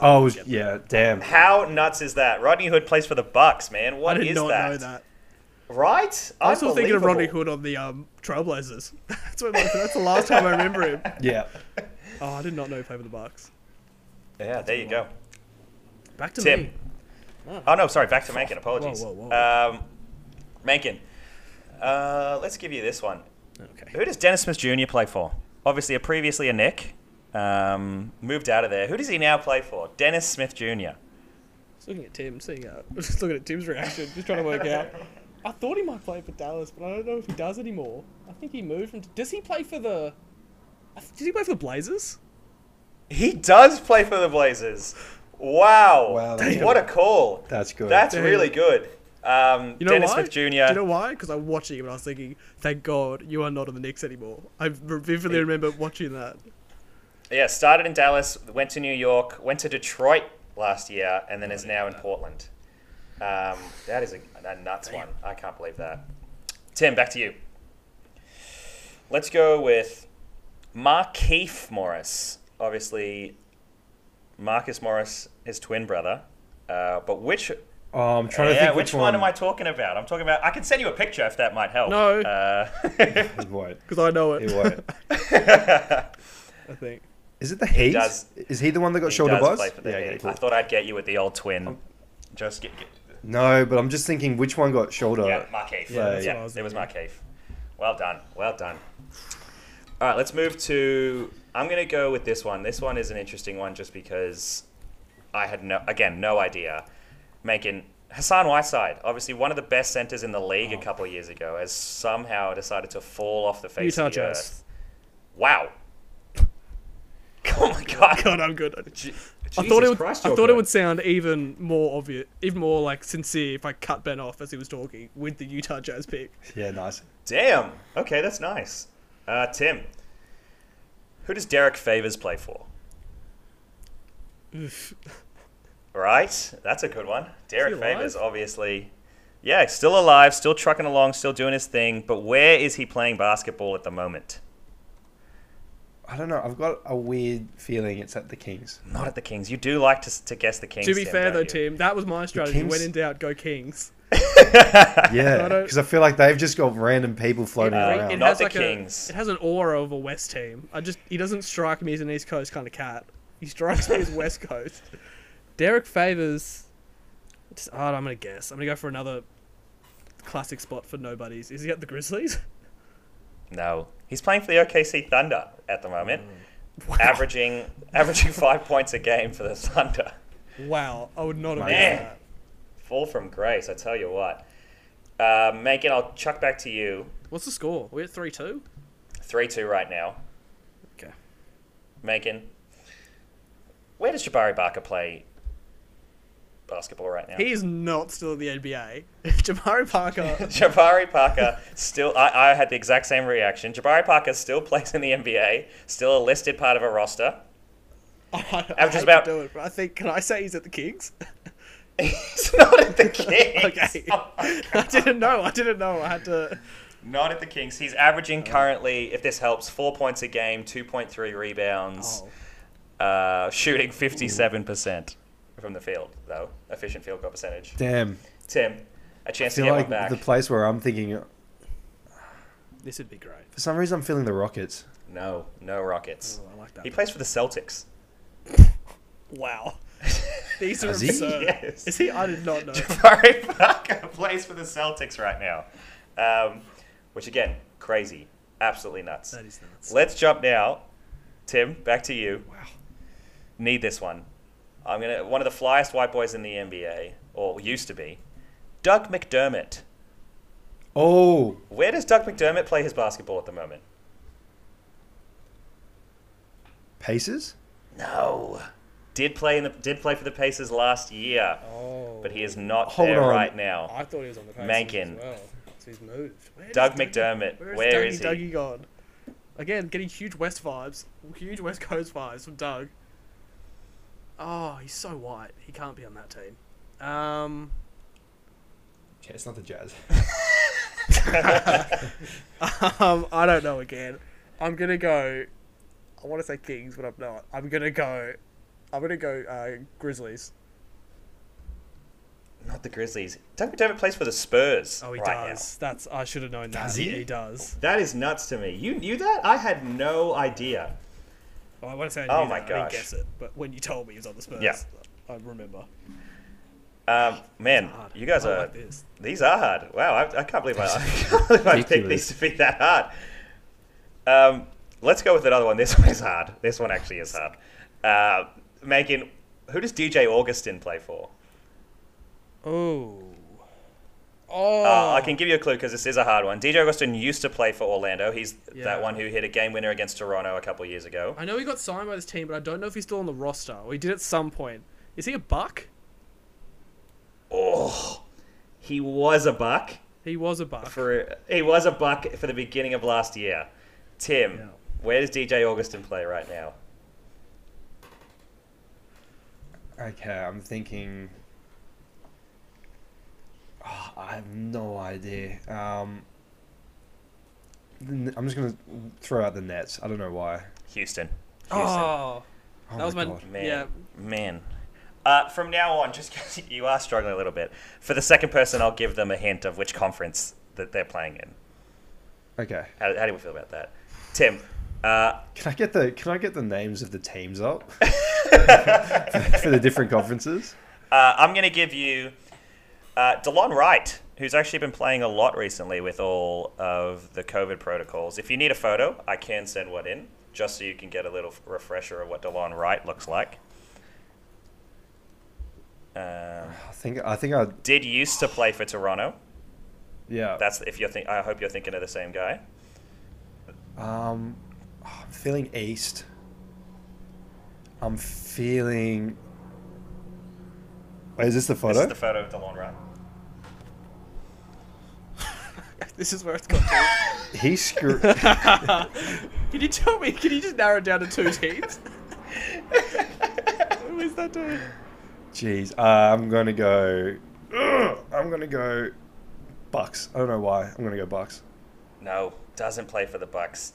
[SPEAKER 2] Oh, it was- yeah, damn.
[SPEAKER 1] How nuts is that? Rodney Hood plays for the Bucks, man. What
[SPEAKER 3] I
[SPEAKER 1] is
[SPEAKER 3] did not
[SPEAKER 1] that?
[SPEAKER 3] know that.
[SPEAKER 1] Right?
[SPEAKER 3] I was still thinking of Rodney
[SPEAKER 1] Unbelievable.
[SPEAKER 3] Hood on the um, Trailblazers. *laughs* that's, what, that's the last time I
[SPEAKER 1] *laughs*
[SPEAKER 3] remember him.
[SPEAKER 2] Yeah.
[SPEAKER 3] Oh, I did not know he played for the Bucks.
[SPEAKER 1] Yeah, there you go.
[SPEAKER 3] Back to
[SPEAKER 1] Tim.
[SPEAKER 3] me.
[SPEAKER 1] Oh no, sorry. Back to Mankin. Apologies.
[SPEAKER 3] Whoa, whoa,
[SPEAKER 1] Um, Mankin, uh, let's give you this one.
[SPEAKER 3] Okay.
[SPEAKER 1] Who does Dennis Smith Jr. play for? Obviously, a previously a Nick, um, moved out of there. Who does he now play for? Dennis Smith Jr.
[SPEAKER 3] Just looking at Tim, seeing uh, *laughs* just looking at Tim's reaction, just trying to work out. I thought he might play for Dallas, but I don't know if he does anymore. I think he moved from. Does he play for the? I th- Does he play for the Blazers?
[SPEAKER 1] He does play for the Blazers. Wow.
[SPEAKER 2] Wow, that's
[SPEAKER 1] what a
[SPEAKER 2] good.
[SPEAKER 1] call.
[SPEAKER 2] That's good.
[SPEAKER 1] That's
[SPEAKER 3] Damn.
[SPEAKER 1] really good. Um,
[SPEAKER 3] You know
[SPEAKER 1] Dennis
[SPEAKER 3] why?
[SPEAKER 1] Smith Jr.
[SPEAKER 3] Do you know why? Because I'm watching him and I was thinking, thank God you are not on the Knicks anymore. I re- vividly remember watching that.
[SPEAKER 1] Yeah, started in Dallas, went to New York, went to Detroit last year, and then is now in Portland. Um, that is a, a nuts one. I can't believe that. Tim, back to you. Let's go with Markeith Morris. Obviously, Marcus Morris, his twin brother. Uh, but which,
[SPEAKER 2] Oh, I'm trying to
[SPEAKER 1] yeah,
[SPEAKER 2] think
[SPEAKER 1] which one
[SPEAKER 2] *laughs*
[SPEAKER 1] am I talking about? I'm talking about. I can send you a picture if that might help.
[SPEAKER 3] No.
[SPEAKER 1] Uh,
[SPEAKER 2] He won't.
[SPEAKER 3] Because I know it.
[SPEAKER 2] He won't.
[SPEAKER 1] *laughs*
[SPEAKER 3] I think.
[SPEAKER 2] *laughs* Is it the Heat?
[SPEAKER 1] does-
[SPEAKER 2] Is he the one that got
[SPEAKER 1] he
[SPEAKER 2] shoulder
[SPEAKER 1] does
[SPEAKER 2] buzz?
[SPEAKER 1] play for the Heat.
[SPEAKER 2] cool.
[SPEAKER 1] I thought I'd get you with the old twin. Just get, get
[SPEAKER 2] No, but I'm just thinking which one got shoulder.
[SPEAKER 1] Yeah, Markeith.
[SPEAKER 2] Yeah,
[SPEAKER 1] Yeah,
[SPEAKER 2] that's
[SPEAKER 3] what I was
[SPEAKER 1] it was Markeith. Well done. Well done. All right, let's move to. I'm going to go with this one. This one is an interesting one just because I had no, again, no idea. Making Hassan Whiteside, obviously one of the best centers in the league a couple of years ago, has somehow decided to fall off the face
[SPEAKER 3] Utah
[SPEAKER 1] of the earth.
[SPEAKER 3] Jazz.
[SPEAKER 1] Wow. *laughs* Oh my god.
[SPEAKER 3] God, I'm good.
[SPEAKER 1] Je-
[SPEAKER 3] I thought
[SPEAKER 1] Jesus
[SPEAKER 3] it would.
[SPEAKER 1] Christ,
[SPEAKER 3] I
[SPEAKER 1] you're
[SPEAKER 3] thought it
[SPEAKER 1] good.
[SPEAKER 3] would sound even more obvious, even more like sincere if I cut Ben off as he was talking with the Utah Jazz pick.
[SPEAKER 2] Yeah, nice.
[SPEAKER 1] Damn. Okay, that's nice. Uh, Tim, who does Derek Favors play for? Right, that's a good one. Derek
[SPEAKER 3] alive?
[SPEAKER 1] Favors, obviously. Yeah, still alive, still trucking along, still doing his thing. But where is he playing basketball at the moment?
[SPEAKER 2] I don't know. I've got a weird feeling it's at
[SPEAKER 1] *laughs*
[SPEAKER 2] the Kings.
[SPEAKER 1] Not at the Kings. You do like to, to guess the Kings.
[SPEAKER 3] to be
[SPEAKER 1] Tim,
[SPEAKER 3] fair
[SPEAKER 1] don't
[SPEAKER 3] though,
[SPEAKER 1] you?
[SPEAKER 3] Tim, that was my strategy. When
[SPEAKER 2] Kings-
[SPEAKER 3] in doubt, go Kings.
[SPEAKER 2] Yeah,
[SPEAKER 3] I don't-
[SPEAKER 2] because I, feel like they've just got random people floating
[SPEAKER 1] Uh,
[SPEAKER 2] around.
[SPEAKER 1] it Not the Kings.
[SPEAKER 3] A, it has an aura of a West team. I just he doesn't strike me as an East Coast kind of cat. He
[SPEAKER 1] *laughs*
[SPEAKER 3] strikes me as West Coast. Derek favors. Just, oh, I'm gonna guess. I'm gonna go for another classic spot for nobodies. Is he at the Grizzlies? *laughs*
[SPEAKER 1] No, he's playing for the OKC Thunder at the moment,
[SPEAKER 3] Mm.
[SPEAKER 1] averaging averaging *laughs* five points a game for the Thunder.
[SPEAKER 3] Wow, I would not have
[SPEAKER 1] Man.
[SPEAKER 3] guessed that.
[SPEAKER 1] Fall from grace, I tell you what. Uh, Megan, I'll chuck back to you.
[SPEAKER 3] What's the score? We're at three two.
[SPEAKER 1] 3 2 right now.
[SPEAKER 3] Okay.
[SPEAKER 1] Megan, where does Jabari Barker play basketball right now? *laughs*
[SPEAKER 3] He is not still in the NBA. *laughs* If
[SPEAKER 1] *laughs*
[SPEAKER 3] Jabari Parker
[SPEAKER 1] Jabari Parker still, I, I had the exact same reaction. Jabari Parker still plays in the NBA, still a listed part of a roster. *laughs*
[SPEAKER 3] I, I
[SPEAKER 1] I'm
[SPEAKER 3] hate
[SPEAKER 1] just about-
[SPEAKER 3] to do it, but I think can I say he's at the Kings? *laughs*
[SPEAKER 1] He's not at the Kings.
[SPEAKER 3] Okay.
[SPEAKER 1] *laughs* Oh my
[SPEAKER 3] *laughs* I didn't know. I didn't know. I had to.
[SPEAKER 1] Not at the Kings. He's averaging currently, if this helps, four points a game, 2.3
[SPEAKER 3] Oh,
[SPEAKER 1] rebounds, uh, shooting 57% from the field, though. Efficient field goal percentage.
[SPEAKER 2] Damn.
[SPEAKER 1] Tim, a chance
[SPEAKER 2] I
[SPEAKER 1] to
[SPEAKER 2] feel
[SPEAKER 1] get
[SPEAKER 2] like
[SPEAKER 1] one back.
[SPEAKER 2] the place where I'm thinking, for
[SPEAKER 3] This would be great.
[SPEAKER 2] some reason, I'm feeling the Rockets.
[SPEAKER 1] no,
[SPEAKER 2] Oh,
[SPEAKER 1] no Rockets.
[SPEAKER 3] Oh, I like
[SPEAKER 1] He
[SPEAKER 3] that.
[SPEAKER 1] plays for the Celtics.
[SPEAKER 3] Wow. *laughs* These are
[SPEAKER 2] Is he?
[SPEAKER 3] absurd.
[SPEAKER 1] *laughs* Yes.
[SPEAKER 3] Is he? I did not
[SPEAKER 1] *laughs*
[SPEAKER 3] know.
[SPEAKER 1] Jabari Parker *laughs* plays for the Celtics right now, um, which again, crazy, absolutely nuts.
[SPEAKER 3] *laughs* that is nuts.
[SPEAKER 1] Let's jump now, Tim. Back to you. Wow. Need this one. I'm gonna one of the flyest white boys in the NBA, or used to be, Doug McDermott.
[SPEAKER 2] Oh,
[SPEAKER 1] Where does Doug McDermott play his basketball at the moment?
[SPEAKER 2] Pacers?
[SPEAKER 1] No. Did play in the did play for the Pacers last year,
[SPEAKER 3] Oh,
[SPEAKER 1] but he is not
[SPEAKER 2] Hold
[SPEAKER 1] there
[SPEAKER 2] on.
[SPEAKER 1] right now.
[SPEAKER 3] I thought he was on the Pacers
[SPEAKER 1] Mankin.
[SPEAKER 3] as well. So he's moved. Where is
[SPEAKER 1] Doug
[SPEAKER 3] Dougie-
[SPEAKER 1] McDermott,
[SPEAKER 3] Where is,
[SPEAKER 1] where
[SPEAKER 3] Dougie,
[SPEAKER 1] is he?
[SPEAKER 3] Dougie gone? Again, getting huge West vibes, huge West Coast vibes from Doug. Oh, he's so white. He can't be on that team. Um,
[SPEAKER 4] Yeah, it's not the
[SPEAKER 2] *laughs*
[SPEAKER 4] Jazz.
[SPEAKER 3] *laughs* um, I don't know. Again, I'm gonna go. I want to say Kings, but I'm not. I'm gonna go. I'm gonna go uh, Grizzlies.
[SPEAKER 1] Not the Grizzlies. Doug McDermott plays for the Spurs
[SPEAKER 3] Oh, he
[SPEAKER 1] right now.
[SPEAKER 3] does. That's I should have known that.
[SPEAKER 4] Does he?
[SPEAKER 3] does.
[SPEAKER 1] That is nuts to me. You knew that? I had no idea.
[SPEAKER 3] Well, I want to say I
[SPEAKER 1] Oh
[SPEAKER 3] knew
[SPEAKER 1] my
[SPEAKER 3] that. I didn't
[SPEAKER 1] gosh.
[SPEAKER 3] guess it, but when you told me he was on the Spurs,
[SPEAKER 1] Yeah.
[SPEAKER 3] I remember.
[SPEAKER 1] Um, man,
[SPEAKER 3] Hard.
[SPEAKER 1] you guys
[SPEAKER 3] I
[SPEAKER 1] are
[SPEAKER 3] like this.
[SPEAKER 1] these are hard. Wow, I, I can't believe I, *laughs* I, can't believe I picked these
[SPEAKER 2] Ridiculous.
[SPEAKER 1] to be that hard. Um, let's go with another one. This *laughs* one is hard. This one actually is hard. Uh, Megan, who does DJ Augustin play for?
[SPEAKER 3] Oh. Oh.
[SPEAKER 1] Uh, I can give you a clue because this is a hard one. DJ Augustin used to play for Orlando. He's
[SPEAKER 3] Yeah.
[SPEAKER 1] that one who hit a game winner against Toronto a couple years ago.
[SPEAKER 3] I know he got signed by this team, but I don't know if he's still on the roster. Or he did at some point. Is he a buck?
[SPEAKER 1] Oh, he was a buck.
[SPEAKER 3] He was a buck.
[SPEAKER 1] for he was a buck for the beginning of last year. Tim,
[SPEAKER 3] Yeah.
[SPEAKER 1] where does DJ Augustin play right now?
[SPEAKER 4] Okay, I'm thinking. Ah, I have no idea. Um, the N- I'm just gonna throw out the Nets. I don't know why.
[SPEAKER 1] Houston. Houston.
[SPEAKER 3] oh,
[SPEAKER 4] Oh
[SPEAKER 3] that was my
[SPEAKER 4] God.
[SPEAKER 1] man,
[SPEAKER 3] yeah.
[SPEAKER 1] man. Uh, from now on, *laughs* just 'cause you are struggling a little bit. For the second person, I'll give them a hint of which conference that they're playing in.
[SPEAKER 4] Okay.
[SPEAKER 1] How, how do we feel about that, Tim? Uh,
[SPEAKER 2] Can I get the Can I get the names of the teams
[SPEAKER 3] *laughs*
[SPEAKER 2] up *laughs* for the different conferences?
[SPEAKER 1] Uh, I'm going to give you uh, DeLon Wright, who's actually been playing a lot recently with all of the COVID protocols. If you need a photo, I can send one in just so you can get a little refresher of what DeLon Wright looks like. Um,
[SPEAKER 2] I think I think I
[SPEAKER 1] did used to play for Toronto.
[SPEAKER 2] yeah.
[SPEAKER 1] That's if you're. Think- I hope you're thinking of the same guy.
[SPEAKER 2] Um, I'm feeling East. I'm feeling. Wait, is this the photo?
[SPEAKER 1] This is the photo of DeLon Wright.
[SPEAKER 3] *laughs* This is where it's got to.
[SPEAKER 2] he
[SPEAKER 1] *laughs*
[SPEAKER 2] screw.
[SPEAKER 3] can you tell me? Can you just narrow it down to two teams? Who is that doing?
[SPEAKER 2] Jeez, uh, I'm gonna go. Ugh, I'm gonna go. Bucks. I don't know why. I'm gonna go Bucks.
[SPEAKER 1] No, doesn't play for the Bucks.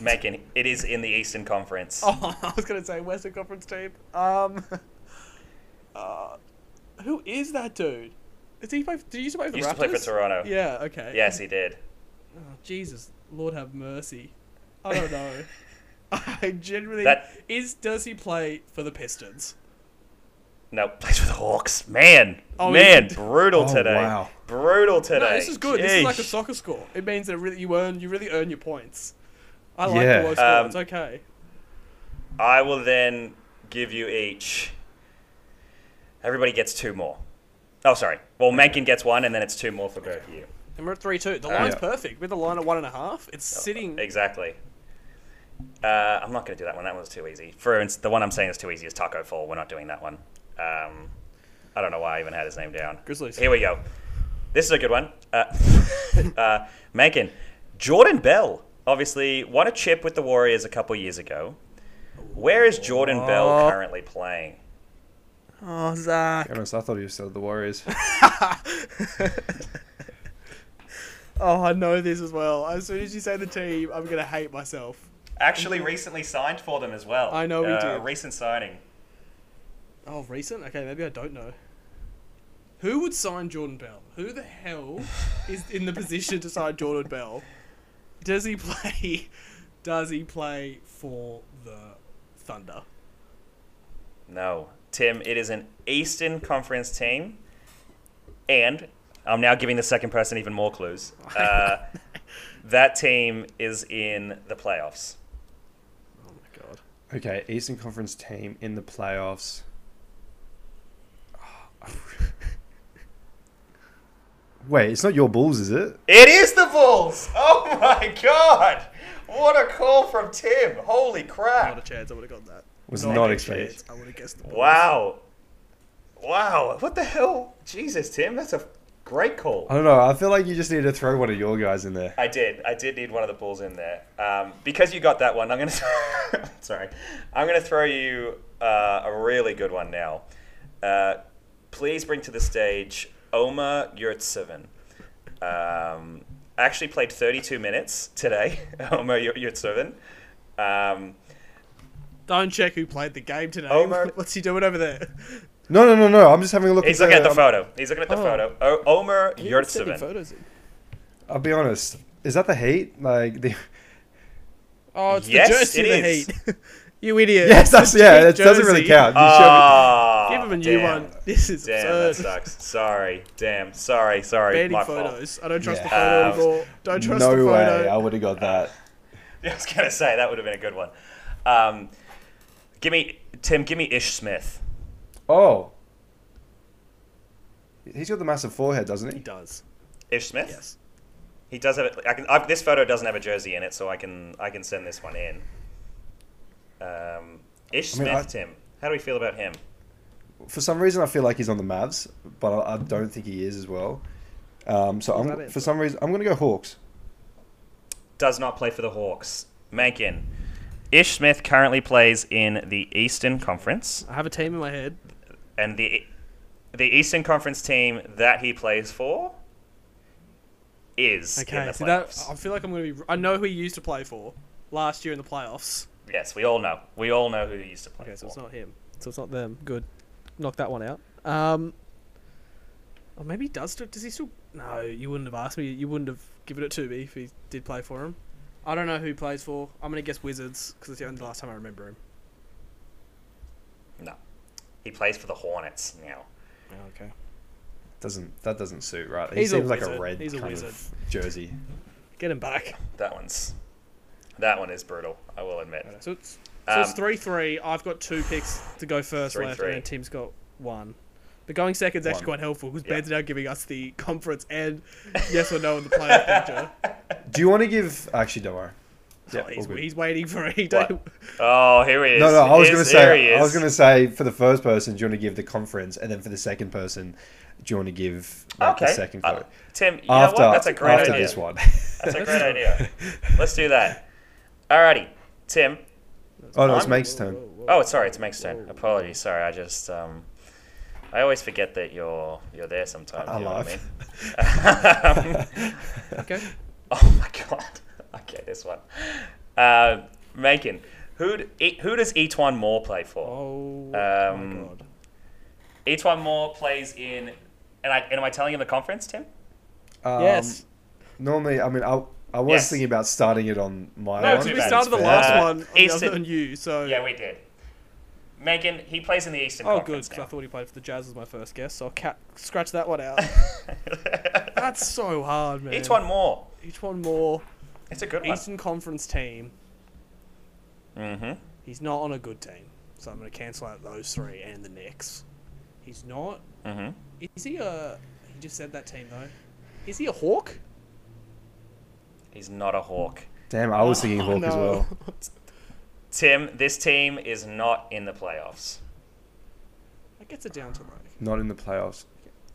[SPEAKER 1] Megan, it is in the Eastern Conference.
[SPEAKER 3] *laughs* Oh, I was gonna say Western Conference team. Um, *laughs* uh, who is that dude? Is he play? Did he used to play for the
[SPEAKER 1] used
[SPEAKER 3] Raptors?
[SPEAKER 1] to play for Toronto.
[SPEAKER 3] Yeah. Okay.
[SPEAKER 1] Yes, he did.
[SPEAKER 3] Oh, Jesus, Lord have mercy. I don't
[SPEAKER 1] *laughs*
[SPEAKER 3] know. *laughs* I genuinely
[SPEAKER 1] That-
[SPEAKER 3] is. Does he play for the Pistons?
[SPEAKER 1] No, plays for the Hawks. Man,
[SPEAKER 3] Oh,
[SPEAKER 1] man,
[SPEAKER 3] yeah.
[SPEAKER 1] brutal
[SPEAKER 2] Oh,
[SPEAKER 1] today.
[SPEAKER 2] wow.
[SPEAKER 1] Brutal today.
[SPEAKER 3] No, this is good. This is like a
[SPEAKER 1] Jeez.
[SPEAKER 3] soccer score. It means that really you earn. You really earn your points. I like
[SPEAKER 2] Yeah.
[SPEAKER 3] the low score.
[SPEAKER 1] Um,
[SPEAKER 3] it's okay.
[SPEAKER 1] I will then give you each. Everybody gets two more. Oh, sorry. Well, Mankin gets one, and then it's two more for both of you.
[SPEAKER 3] And we're at three two. The line's
[SPEAKER 2] yeah.
[SPEAKER 3] perfect. With the line at one and a half, it's sitting.
[SPEAKER 1] Exactly. Uh, I'm not going to do that one. That one's too easy. For instance, the one I'm saying is too easy is Taco Fall. We're not doing that one. Um, I don't know why I even had his name down.
[SPEAKER 3] Grizzlies.
[SPEAKER 1] Here we go. This is a good one. Uh, *laughs* uh, Mankin. Jordan Bell obviously won a chip with the Warriors a couple years ago. Where is Jordan Bell currently playing?
[SPEAKER 3] Oh, Zach.
[SPEAKER 2] To be honest, I thought he was still at
[SPEAKER 1] *laughs*
[SPEAKER 2] the Warriors.
[SPEAKER 3] Oh, I know this as well. As soon as you say the team, I'm gonna hate myself.
[SPEAKER 1] Actually, recently signed for them as well.
[SPEAKER 3] I know he
[SPEAKER 1] uh,
[SPEAKER 3] did.
[SPEAKER 1] Recent signing.
[SPEAKER 3] Oh, recent? Okay, maybe I don't know. Who would sign Jordan Bell? Who the hell is in the position to sign Jordan Bell? Does he play? Does he play for the Thunder?
[SPEAKER 1] No, Tim, it is an Eastern Conference team, and I'm now giving the second person even more *laughs* clues. Uh, that team is in the playoffs.
[SPEAKER 3] Oh my god.
[SPEAKER 2] Okay, Eastern Conference team in the playoffs. *laughs* Wait, it's not your Bulls, is it?
[SPEAKER 1] It is the Bulls! Oh my god! What a call from Tim! Holy crap!
[SPEAKER 3] Not a chance. I would have got that.
[SPEAKER 2] Was
[SPEAKER 1] Not
[SPEAKER 2] not,
[SPEAKER 1] a
[SPEAKER 2] expected.
[SPEAKER 3] Chance, I would have guessed the Bulls.
[SPEAKER 1] Wow. Wow. What the hell? Jesus, Tim, that's a great call.
[SPEAKER 2] I don't know. I feel like you just need to throw one of your guys in there.
[SPEAKER 1] I did. I did need one of the balls in there. Um, because you got that one, I'm going to. *laughs* Sorry. I'm going to throw you uh, a really good one now. Uh, please bring to the stage Omar Yurtseven. Um, actually played 32 minutes today, *laughs* Omar Yur- Yurtseven. Um,
[SPEAKER 3] Don't check who played the game today.
[SPEAKER 1] Omar-
[SPEAKER 3] *laughs* What's he doing over there?
[SPEAKER 2] No, no, no, no. I'm just having a look.
[SPEAKER 1] he's looking at the
[SPEAKER 3] Um,
[SPEAKER 2] I'm-
[SPEAKER 1] photo. He's looking at the
[SPEAKER 5] Oh.
[SPEAKER 1] photo. O- Omar
[SPEAKER 5] Who was sending
[SPEAKER 1] Yurtseven.
[SPEAKER 5] photos in?
[SPEAKER 2] I'll be honest. Is that the Heat?
[SPEAKER 1] *laughs*
[SPEAKER 2] Like the *laughs*
[SPEAKER 5] Oh, it's
[SPEAKER 1] Yes,
[SPEAKER 5] the
[SPEAKER 1] it
[SPEAKER 5] jersey of the
[SPEAKER 1] is.
[SPEAKER 3] *laughs*
[SPEAKER 5] Heat. you idiot.
[SPEAKER 2] yes, that's yeah. That doesn't really
[SPEAKER 3] Jersey.
[SPEAKER 2] count. You *laughs* showed
[SPEAKER 1] Ah,
[SPEAKER 3] Give him a new
[SPEAKER 1] damn.
[SPEAKER 3] one. This is
[SPEAKER 1] Damn, that
[SPEAKER 3] absurd.
[SPEAKER 1] sucks. Sorry. Damn. Sorry. Sorry.
[SPEAKER 3] Banning
[SPEAKER 1] My fault.
[SPEAKER 3] photos. I don't trust
[SPEAKER 1] Yeah.
[SPEAKER 3] the photo anymore. Don't
[SPEAKER 2] me.
[SPEAKER 3] trust the
[SPEAKER 2] no
[SPEAKER 3] photo.
[SPEAKER 2] way.
[SPEAKER 1] eh?
[SPEAKER 2] I would have got that.
[SPEAKER 1] *laughs* I was gonna say that would have been a good one. Um, give me Tim. Give me Ish Smith.
[SPEAKER 2] Oh, he's got the massive forehead, doesn't
[SPEAKER 3] He
[SPEAKER 2] he?
[SPEAKER 3] does.
[SPEAKER 1] Ish Smith.
[SPEAKER 3] Yes.
[SPEAKER 1] He does have. it- I can. i this photo doesn't have a jersey in it, so I can. I can send this one in. Um, Ish
[SPEAKER 2] I mean,
[SPEAKER 1] Smith.
[SPEAKER 2] I-
[SPEAKER 1] Tim. How do we feel about him?
[SPEAKER 2] For some reason, I feel like he's on the Mavs, but I, I don't think he is as well. Um, so
[SPEAKER 5] that
[SPEAKER 2] I'm
[SPEAKER 5] is?
[SPEAKER 2] for some reason I'm gonna go Hawks.
[SPEAKER 1] Does not play for the Hawks. Mankin. Ish Smith currently plays in the Eastern Conference.
[SPEAKER 3] I have a team in my head.
[SPEAKER 1] and the the Eastern Conference team that he plays for is in
[SPEAKER 3] Okay.
[SPEAKER 1] the
[SPEAKER 3] See that?
[SPEAKER 1] playoffs.
[SPEAKER 3] I feel like I'm gonna be. I know who he used to play for last year in the playoffs.
[SPEAKER 1] yes, we all know. We all know who he used to play
[SPEAKER 3] Okay,
[SPEAKER 1] for.
[SPEAKER 3] so it's not him. So it's not them. Good. Knock that one out. Um. Or Oh, maybe he does. do- Does he still? No, you wouldn't have asked me. You wouldn't have given it to me if he did play for him. I don't know who he plays for. I'm gonna guess Wizards because it's the only last time I remember him.
[SPEAKER 1] no, he plays for the Hornets now.
[SPEAKER 5] okay.
[SPEAKER 2] Doesn't that doesn't suit right? He
[SPEAKER 3] He's a
[SPEAKER 2] seems like a
[SPEAKER 3] wizard.
[SPEAKER 2] red
[SPEAKER 3] He's a
[SPEAKER 2] kind
[SPEAKER 3] wizard.
[SPEAKER 2] of jersey.
[SPEAKER 3] Get him back.
[SPEAKER 1] That one's that one is brutal. I will admit.
[SPEAKER 3] Alright, So it's so it's
[SPEAKER 1] Um,
[SPEAKER 3] three three. I've got two picks to go first
[SPEAKER 1] Three,
[SPEAKER 3] left,
[SPEAKER 1] three.
[SPEAKER 3] and then Tim's got one. But going second's actually
[SPEAKER 2] One.
[SPEAKER 3] quite helpful because
[SPEAKER 1] Yeah.
[SPEAKER 3] Ben's now giving us the *laughs* conference and yes or no in the
[SPEAKER 1] *laughs*
[SPEAKER 3] playoff picture.
[SPEAKER 2] Do you want to give? Actually, don't worry.
[SPEAKER 3] oh,
[SPEAKER 2] all
[SPEAKER 3] he's,
[SPEAKER 2] good.
[SPEAKER 3] he's waiting for it. He
[SPEAKER 1] What?
[SPEAKER 3] don't- *laughs*
[SPEAKER 1] Oh, here he is.
[SPEAKER 2] No, no. I was
[SPEAKER 1] Here's-
[SPEAKER 2] gonna
[SPEAKER 1] here he
[SPEAKER 2] say. I
[SPEAKER 1] is.
[SPEAKER 2] was gonna say for the first person, do you want to give the conference, and then for the second person, do you want to give like,
[SPEAKER 1] Okay.
[SPEAKER 2] the second
[SPEAKER 1] Uh,
[SPEAKER 2] vote
[SPEAKER 1] Tim, you
[SPEAKER 2] after
[SPEAKER 1] know what? That's a great
[SPEAKER 2] after
[SPEAKER 1] idea.
[SPEAKER 2] this one?
[SPEAKER 1] That's a great idea. Let's do that. Alrighty, Tim.
[SPEAKER 2] *laughs* oh no, it's
[SPEAKER 1] I'm-
[SPEAKER 2] Meg's turn.
[SPEAKER 1] Oh, sorry, it's Meg's turn. Apologies, sorry. I just um, I always forget that you're you're there sometimes. You know what Um, I
[SPEAKER 2] Alive.
[SPEAKER 1] mean? *laughs*
[SPEAKER 2] *laughs*
[SPEAKER 3] Okay.
[SPEAKER 1] Oh my god. *laughs* Okay, this one. Uh, Macon. Who d- who does Etwan Moore play for?
[SPEAKER 3] Oh
[SPEAKER 1] Um,
[SPEAKER 3] my god.
[SPEAKER 1] Etwan Moore plays in. And, I, and am I telling him the conference, Tim?
[SPEAKER 2] Um,
[SPEAKER 3] yes.
[SPEAKER 2] Normally, I mean, I, I was
[SPEAKER 1] Yes.
[SPEAKER 2] thinking about starting it on my
[SPEAKER 1] No,
[SPEAKER 2] own.
[SPEAKER 1] too
[SPEAKER 3] We
[SPEAKER 1] bad.
[SPEAKER 3] started the
[SPEAKER 1] fair.
[SPEAKER 3] last
[SPEAKER 1] Uh,
[SPEAKER 3] one on the
[SPEAKER 1] Eastern-
[SPEAKER 3] other than you, so
[SPEAKER 1] Yeah, we did. Megan, he plays in the Eastern
[SPEAKER 3] Oh, good,
[SPEAKER 1] Conference.
[SPEAKER 3] because I thought he played for the Jazz was my first guess, so I'll ca- scratch that
[SPEAKER 1] *laughs*
[SPEAKER 3] one out. That's so hard, man.
[SPEAKER 1] Now. Etwan Moore.
[SPEAKER 3] Each one more.
[SPEAKER 1] It's a good one.
[SPEAKER 3] Eastern Conference team.
[SPEAKER 1] Mm-hmm.
[SPEAKER 3] He's not on a good team, so I'm going to cancel out those three and the Knicks. He's not.
[SPEAKER 1] Mm-hmm.
[SPEAKER 3] Is he a? He just said that team though. Is he a Hawk?
[SPEAKER 1] He's not a Hawk.
[SPEAKER 2] Damn, I was thinking
[SPEAKER 3] Oh,
[SPEAKER 2] Hawk as
[SPEAKER 3] no.
[SPEAKER 2] well.
[SPEAKER 1] Tim, this team is not in the playoffs.
[SPEAKER 3] *laughs* That gets it down to like.
[SPEAKER 2] Not in the playoffs.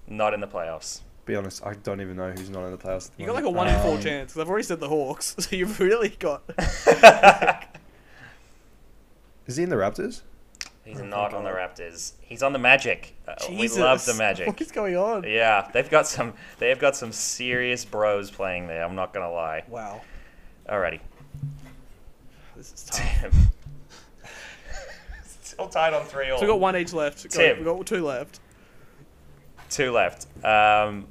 [SPEAKER 1] Not in the playoffs. *laughs*
[SPEAKER 2] Be honest, I don't even know who's not in the playoffs. at the
[SPEAKER 3] You got like a
[SPEAKER 2] moment.
[SPEAKER 3] one in four
[SPEAKER 2] Um,
[SPEAKER 3] chance. 'cause I've already said the Hawks, *laughs* so you've really got.
[SPEAKER 2] Uh, Is he in the Raptors?
[SPEAKER 3] Oh
[SPEAKER 1] He's not on the Raptors. He's on the Magic. Uh, we love the
[SPEAKER 3] Jesus,
[SPEAKER 1] Magic.
[SPEAKER 3] What is going on?
[SPEAKER 1] Yeah, they've got some. They've got some serious bros playing there. I'm not gonna lie.
[SPEAKER 3] Wow,
[SPEAKER 1] Alrighty, *laughs*
[SPEAKER 3] this is tough.
[SPEAKER 1] Tim. Still tied on three all.
[SPEAKER 3] So we got one each left. Go-
[SPEAKER 1] Tim.
[SPEAKER 3] We got two left.
[SPEAKER 1] two left. Um,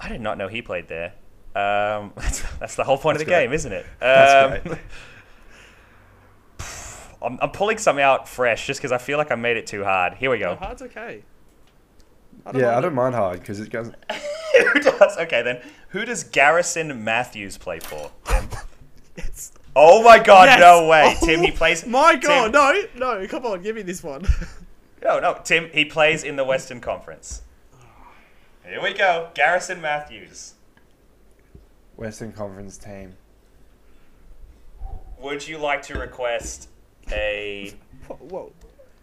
[SPEAKER 1] I did not know he played there. Um, *laughs*
[SPEAKER 3] *laughs*
[SPEAKER 1] that's, that's the whole point of the
[SPEAKER 2] That's great.
[SPEAKER 1] game, isn't it? Um,
[SPEAKER 2] That's great.
[SPEAKER 1] *laughs* I'm, I'm pulling some out fresh just because I feel like I made it too hard. Here we
[SPEAKER 3] No,
[SPEAKER 1] go.
[SPEAKER 3] hard's okay.
[SPEAKER 2] yeah, I
[SPEAKER 3] mind it.
[SPEAKER 2] don't mind hard because it goes.
[SPEAKER 1] *laughs* who does? Okay, then. Who does Garrison Matthews play for?
[SPEAKER 3] Yes.
[SPEAKER 1] Oh my God!
[SPEAKER 3] Yes.
[SPEAKER 1] No way,
[SPEAKER 3] Oh
[SPEAKER 1] Tim. He plays.
[SPEAKER 3] *laughs* My God,
[SPEAKER 1] Tim-
[SPEAKER 3] no, no, come on, give me this one. *laughs*
[SPEAKER 1] No, no, Tim. He plays in the Western Conference. Here we go, Garrison Matthews.
[SPEAKER 4] Western Conference team.
[SPEAKER 1] Would you like to request a
[SPEAKER 6] Whoa, whoa.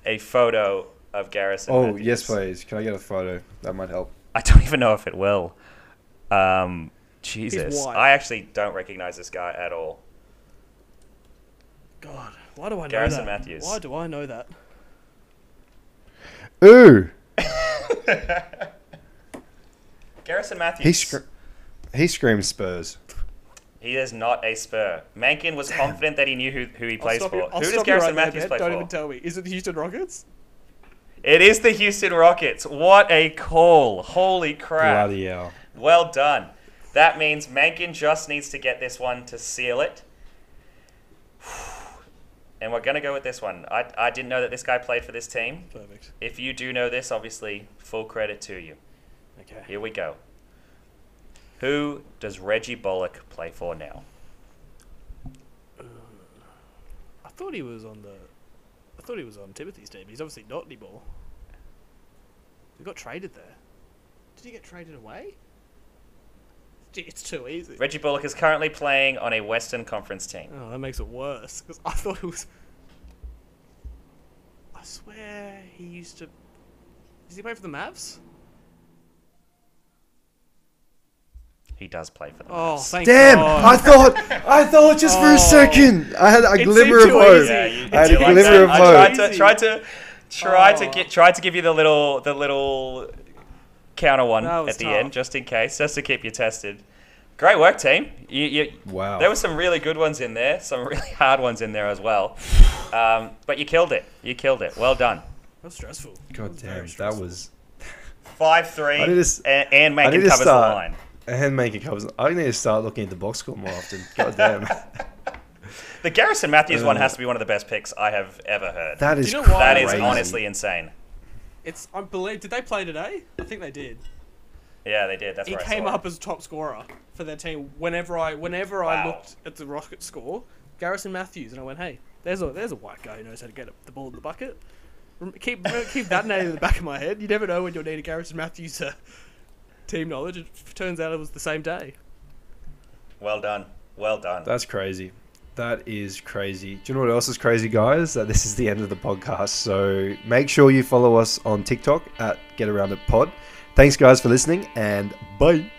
[SPEAKER 1] a photo of Garrison?
[SPEAKER 2] Oh
[SPEAKER 1] Matthews?
[SPEAKER 2] yes, please. Can I get a photo? That might help.
[SPEAKER 1] I don't even know if it will. Um, Jesus,
[SPEAKER 3] white.
[SPEAKER 1] I actually don't recognize this guy at all.
[SPEAKER 3] God, why do I know
[SPEAKER 1] Garrison
[SPEAKER 3] that?
[SPEAKER 1] Matthews.
[SPEAKER 3] Why do I know that?
[SPEAKER 2] Ooh,
[SPEAKER 1] Garrison Matthews.
[SPEAKER 2] he scr- he screams Spurs.
[SPEAKER 1] He is not a Spur. Mankin was confident that he knew who, who he
[SPEAKER 3] I'll
[SPEAKER 1] plays
[SPEAKER 3] stop
[SPEAKER 1] for.
[SPEAKER 3] you. I'll
[SPEAKER 1] who does
[SPEAKER 3] stop you
[SPEAKER 1] Garrison
[SPEAKER 3] right there,
[SPEAKER 1] Matthews
[SPEAKER 3] Ben.
[SPEAKER 1] play
[SPEAKER 3] Don't
[SPEAKER 1] for?
[SPEAKER 3] even tell me. Is it the Houston Rockets?
[SPEAKER 1] It is the Houston Rockets. What a call. Holy crap.
[SPEAKER 2] Bloody hell.
[SPEAKER 1] Well done. That means Mankin just needs to get this one to seal it. *sighs* And we're going to go with this one. I, I didn't know that this guy played for this team.
[SPEAKER 3] Perfect.
[SPEAKER 1] If you do know this, obviously, full credit to you.
[SPEAKER 3] Okay.
[SPEAKER 1] Here we go. Who does Reggie Bullock play for now?
[SPEAKER 3] I thought he was on the. I thought he was on Timothy's team. He's obviously not anymore. He got traded there. Did he get traded away? Gee, it's too easy.
[SPEAKER 1] Reggie Bullock is currently playing on a Western Conference team.
[SPEAKER 3] Oh, that makes it worse. 'cause I thought it was. I swear he used to. Does he play for the Mavs?
[SPEAKER 1] He does play for them.
[SPEAKER 3] Oh, thank
[SPEAKER 2] Damn!
[SPEAKER 3] God.
[SPEAKER 2] I thought, I thought just for
[SPEAKER 3] Oh.
[SPEAKER 2] a second, I had a
[SPEAKER 3] It
[SPEAKER 2] glimmer
[SPEAKER 3] seemed
[SPEAKER 2] of
[SPEAKER 3] too
[SPEAKER 2] hope.
[SPEAKER 3] easy.
[SPEAKER 1] yeah,
[SPEAKER 3] you
[SPEAKER 1] you
[SPEAKER 2] I had
[SPEAKER 1] do
[SPEAKER 2] a
[SPEAKER 1] like
[SPEAKER 2] glimmer
[SPEAKER 1] that.
[SPEAKER 2] of
[SPEAKER 1] I
[SPEAKER 2] hope.
[SPEAKER 1] tried to try to try to
[SPEAKER 3] Oh.
[SPEAKER 1] get try to give you the little the little counter one
[SPEAKER 3] That was
[SPEAKER 1] at the
[SPEAKER 3] tough.
[SPEAKER 1] end just in case, just to keep you tested. Great work, team. You, you,
[SPEAKER 2] Wow.
[SPEAKER 1] There were some really good ones in there, some *laughs* really hard ones in there as well. Um, but you killed it. You killed it. Well done.
[SPEAKER 3] That was stressful.
[SPEAKER 2] God damn, that
[SPEAKER 3] stressful.
[SPEAKER 2] was.
[SPEAKER 1] Five three.
[SPEAKER 2] I need to s-
[SPEAKER 1] and, and
[SPEAKER 2] I need
[SPEAKER 1] making
[SPEAKER 2] to
[SPEAKER 1] covers
[SPEAKER 2] start.
[SPEAKER 1] the line.
[SPEAKER 2] And making covers. I need to start looking at the box score more often. God damn,
[SPEAKER 1] The Garrison Matthews one
[SPEAKER 2] Uh,
[SPEAKER 1] has to be one of the best picks I have ever heard.
[SPEAKER 2] that is
[SPEAKER 3] you know what?
[SPEAKER 1] that is
[SPEAKER 2] crazy.
[SPEAKER 1] honestly insane.
[SPEAKER 3] It's I believe did they play today? I think they did.
[SPEAKER 1] Yeah, they did. That's
[SPEAKER 3] he
[SPEAKER 1] right.
[SPEAKER 3] came up as top scorer for their team whenever I whenever
[SPEAKER 1] Wow.
[SPEAKER 3] I looked at the Rocket score, Garrison Matthews, and I went, hey, there's a there's a white guy who knows how to get the ball in the bucket. Rem- Keep re- keep that name in the back of my head. You never know when you'll need a Garrison Matthews uh, team knowledge. It f- turns out it was the same day.
[SPEAKER 1] Well done. Well done.
[SPEAKER 2] That's crazy. That is crazy. Do you know what else is crazy, guys? That this is the end of the podcast. So make sure you follow us on TikTok at Get Around It Pod. Thanks, guys, for listening, and bye.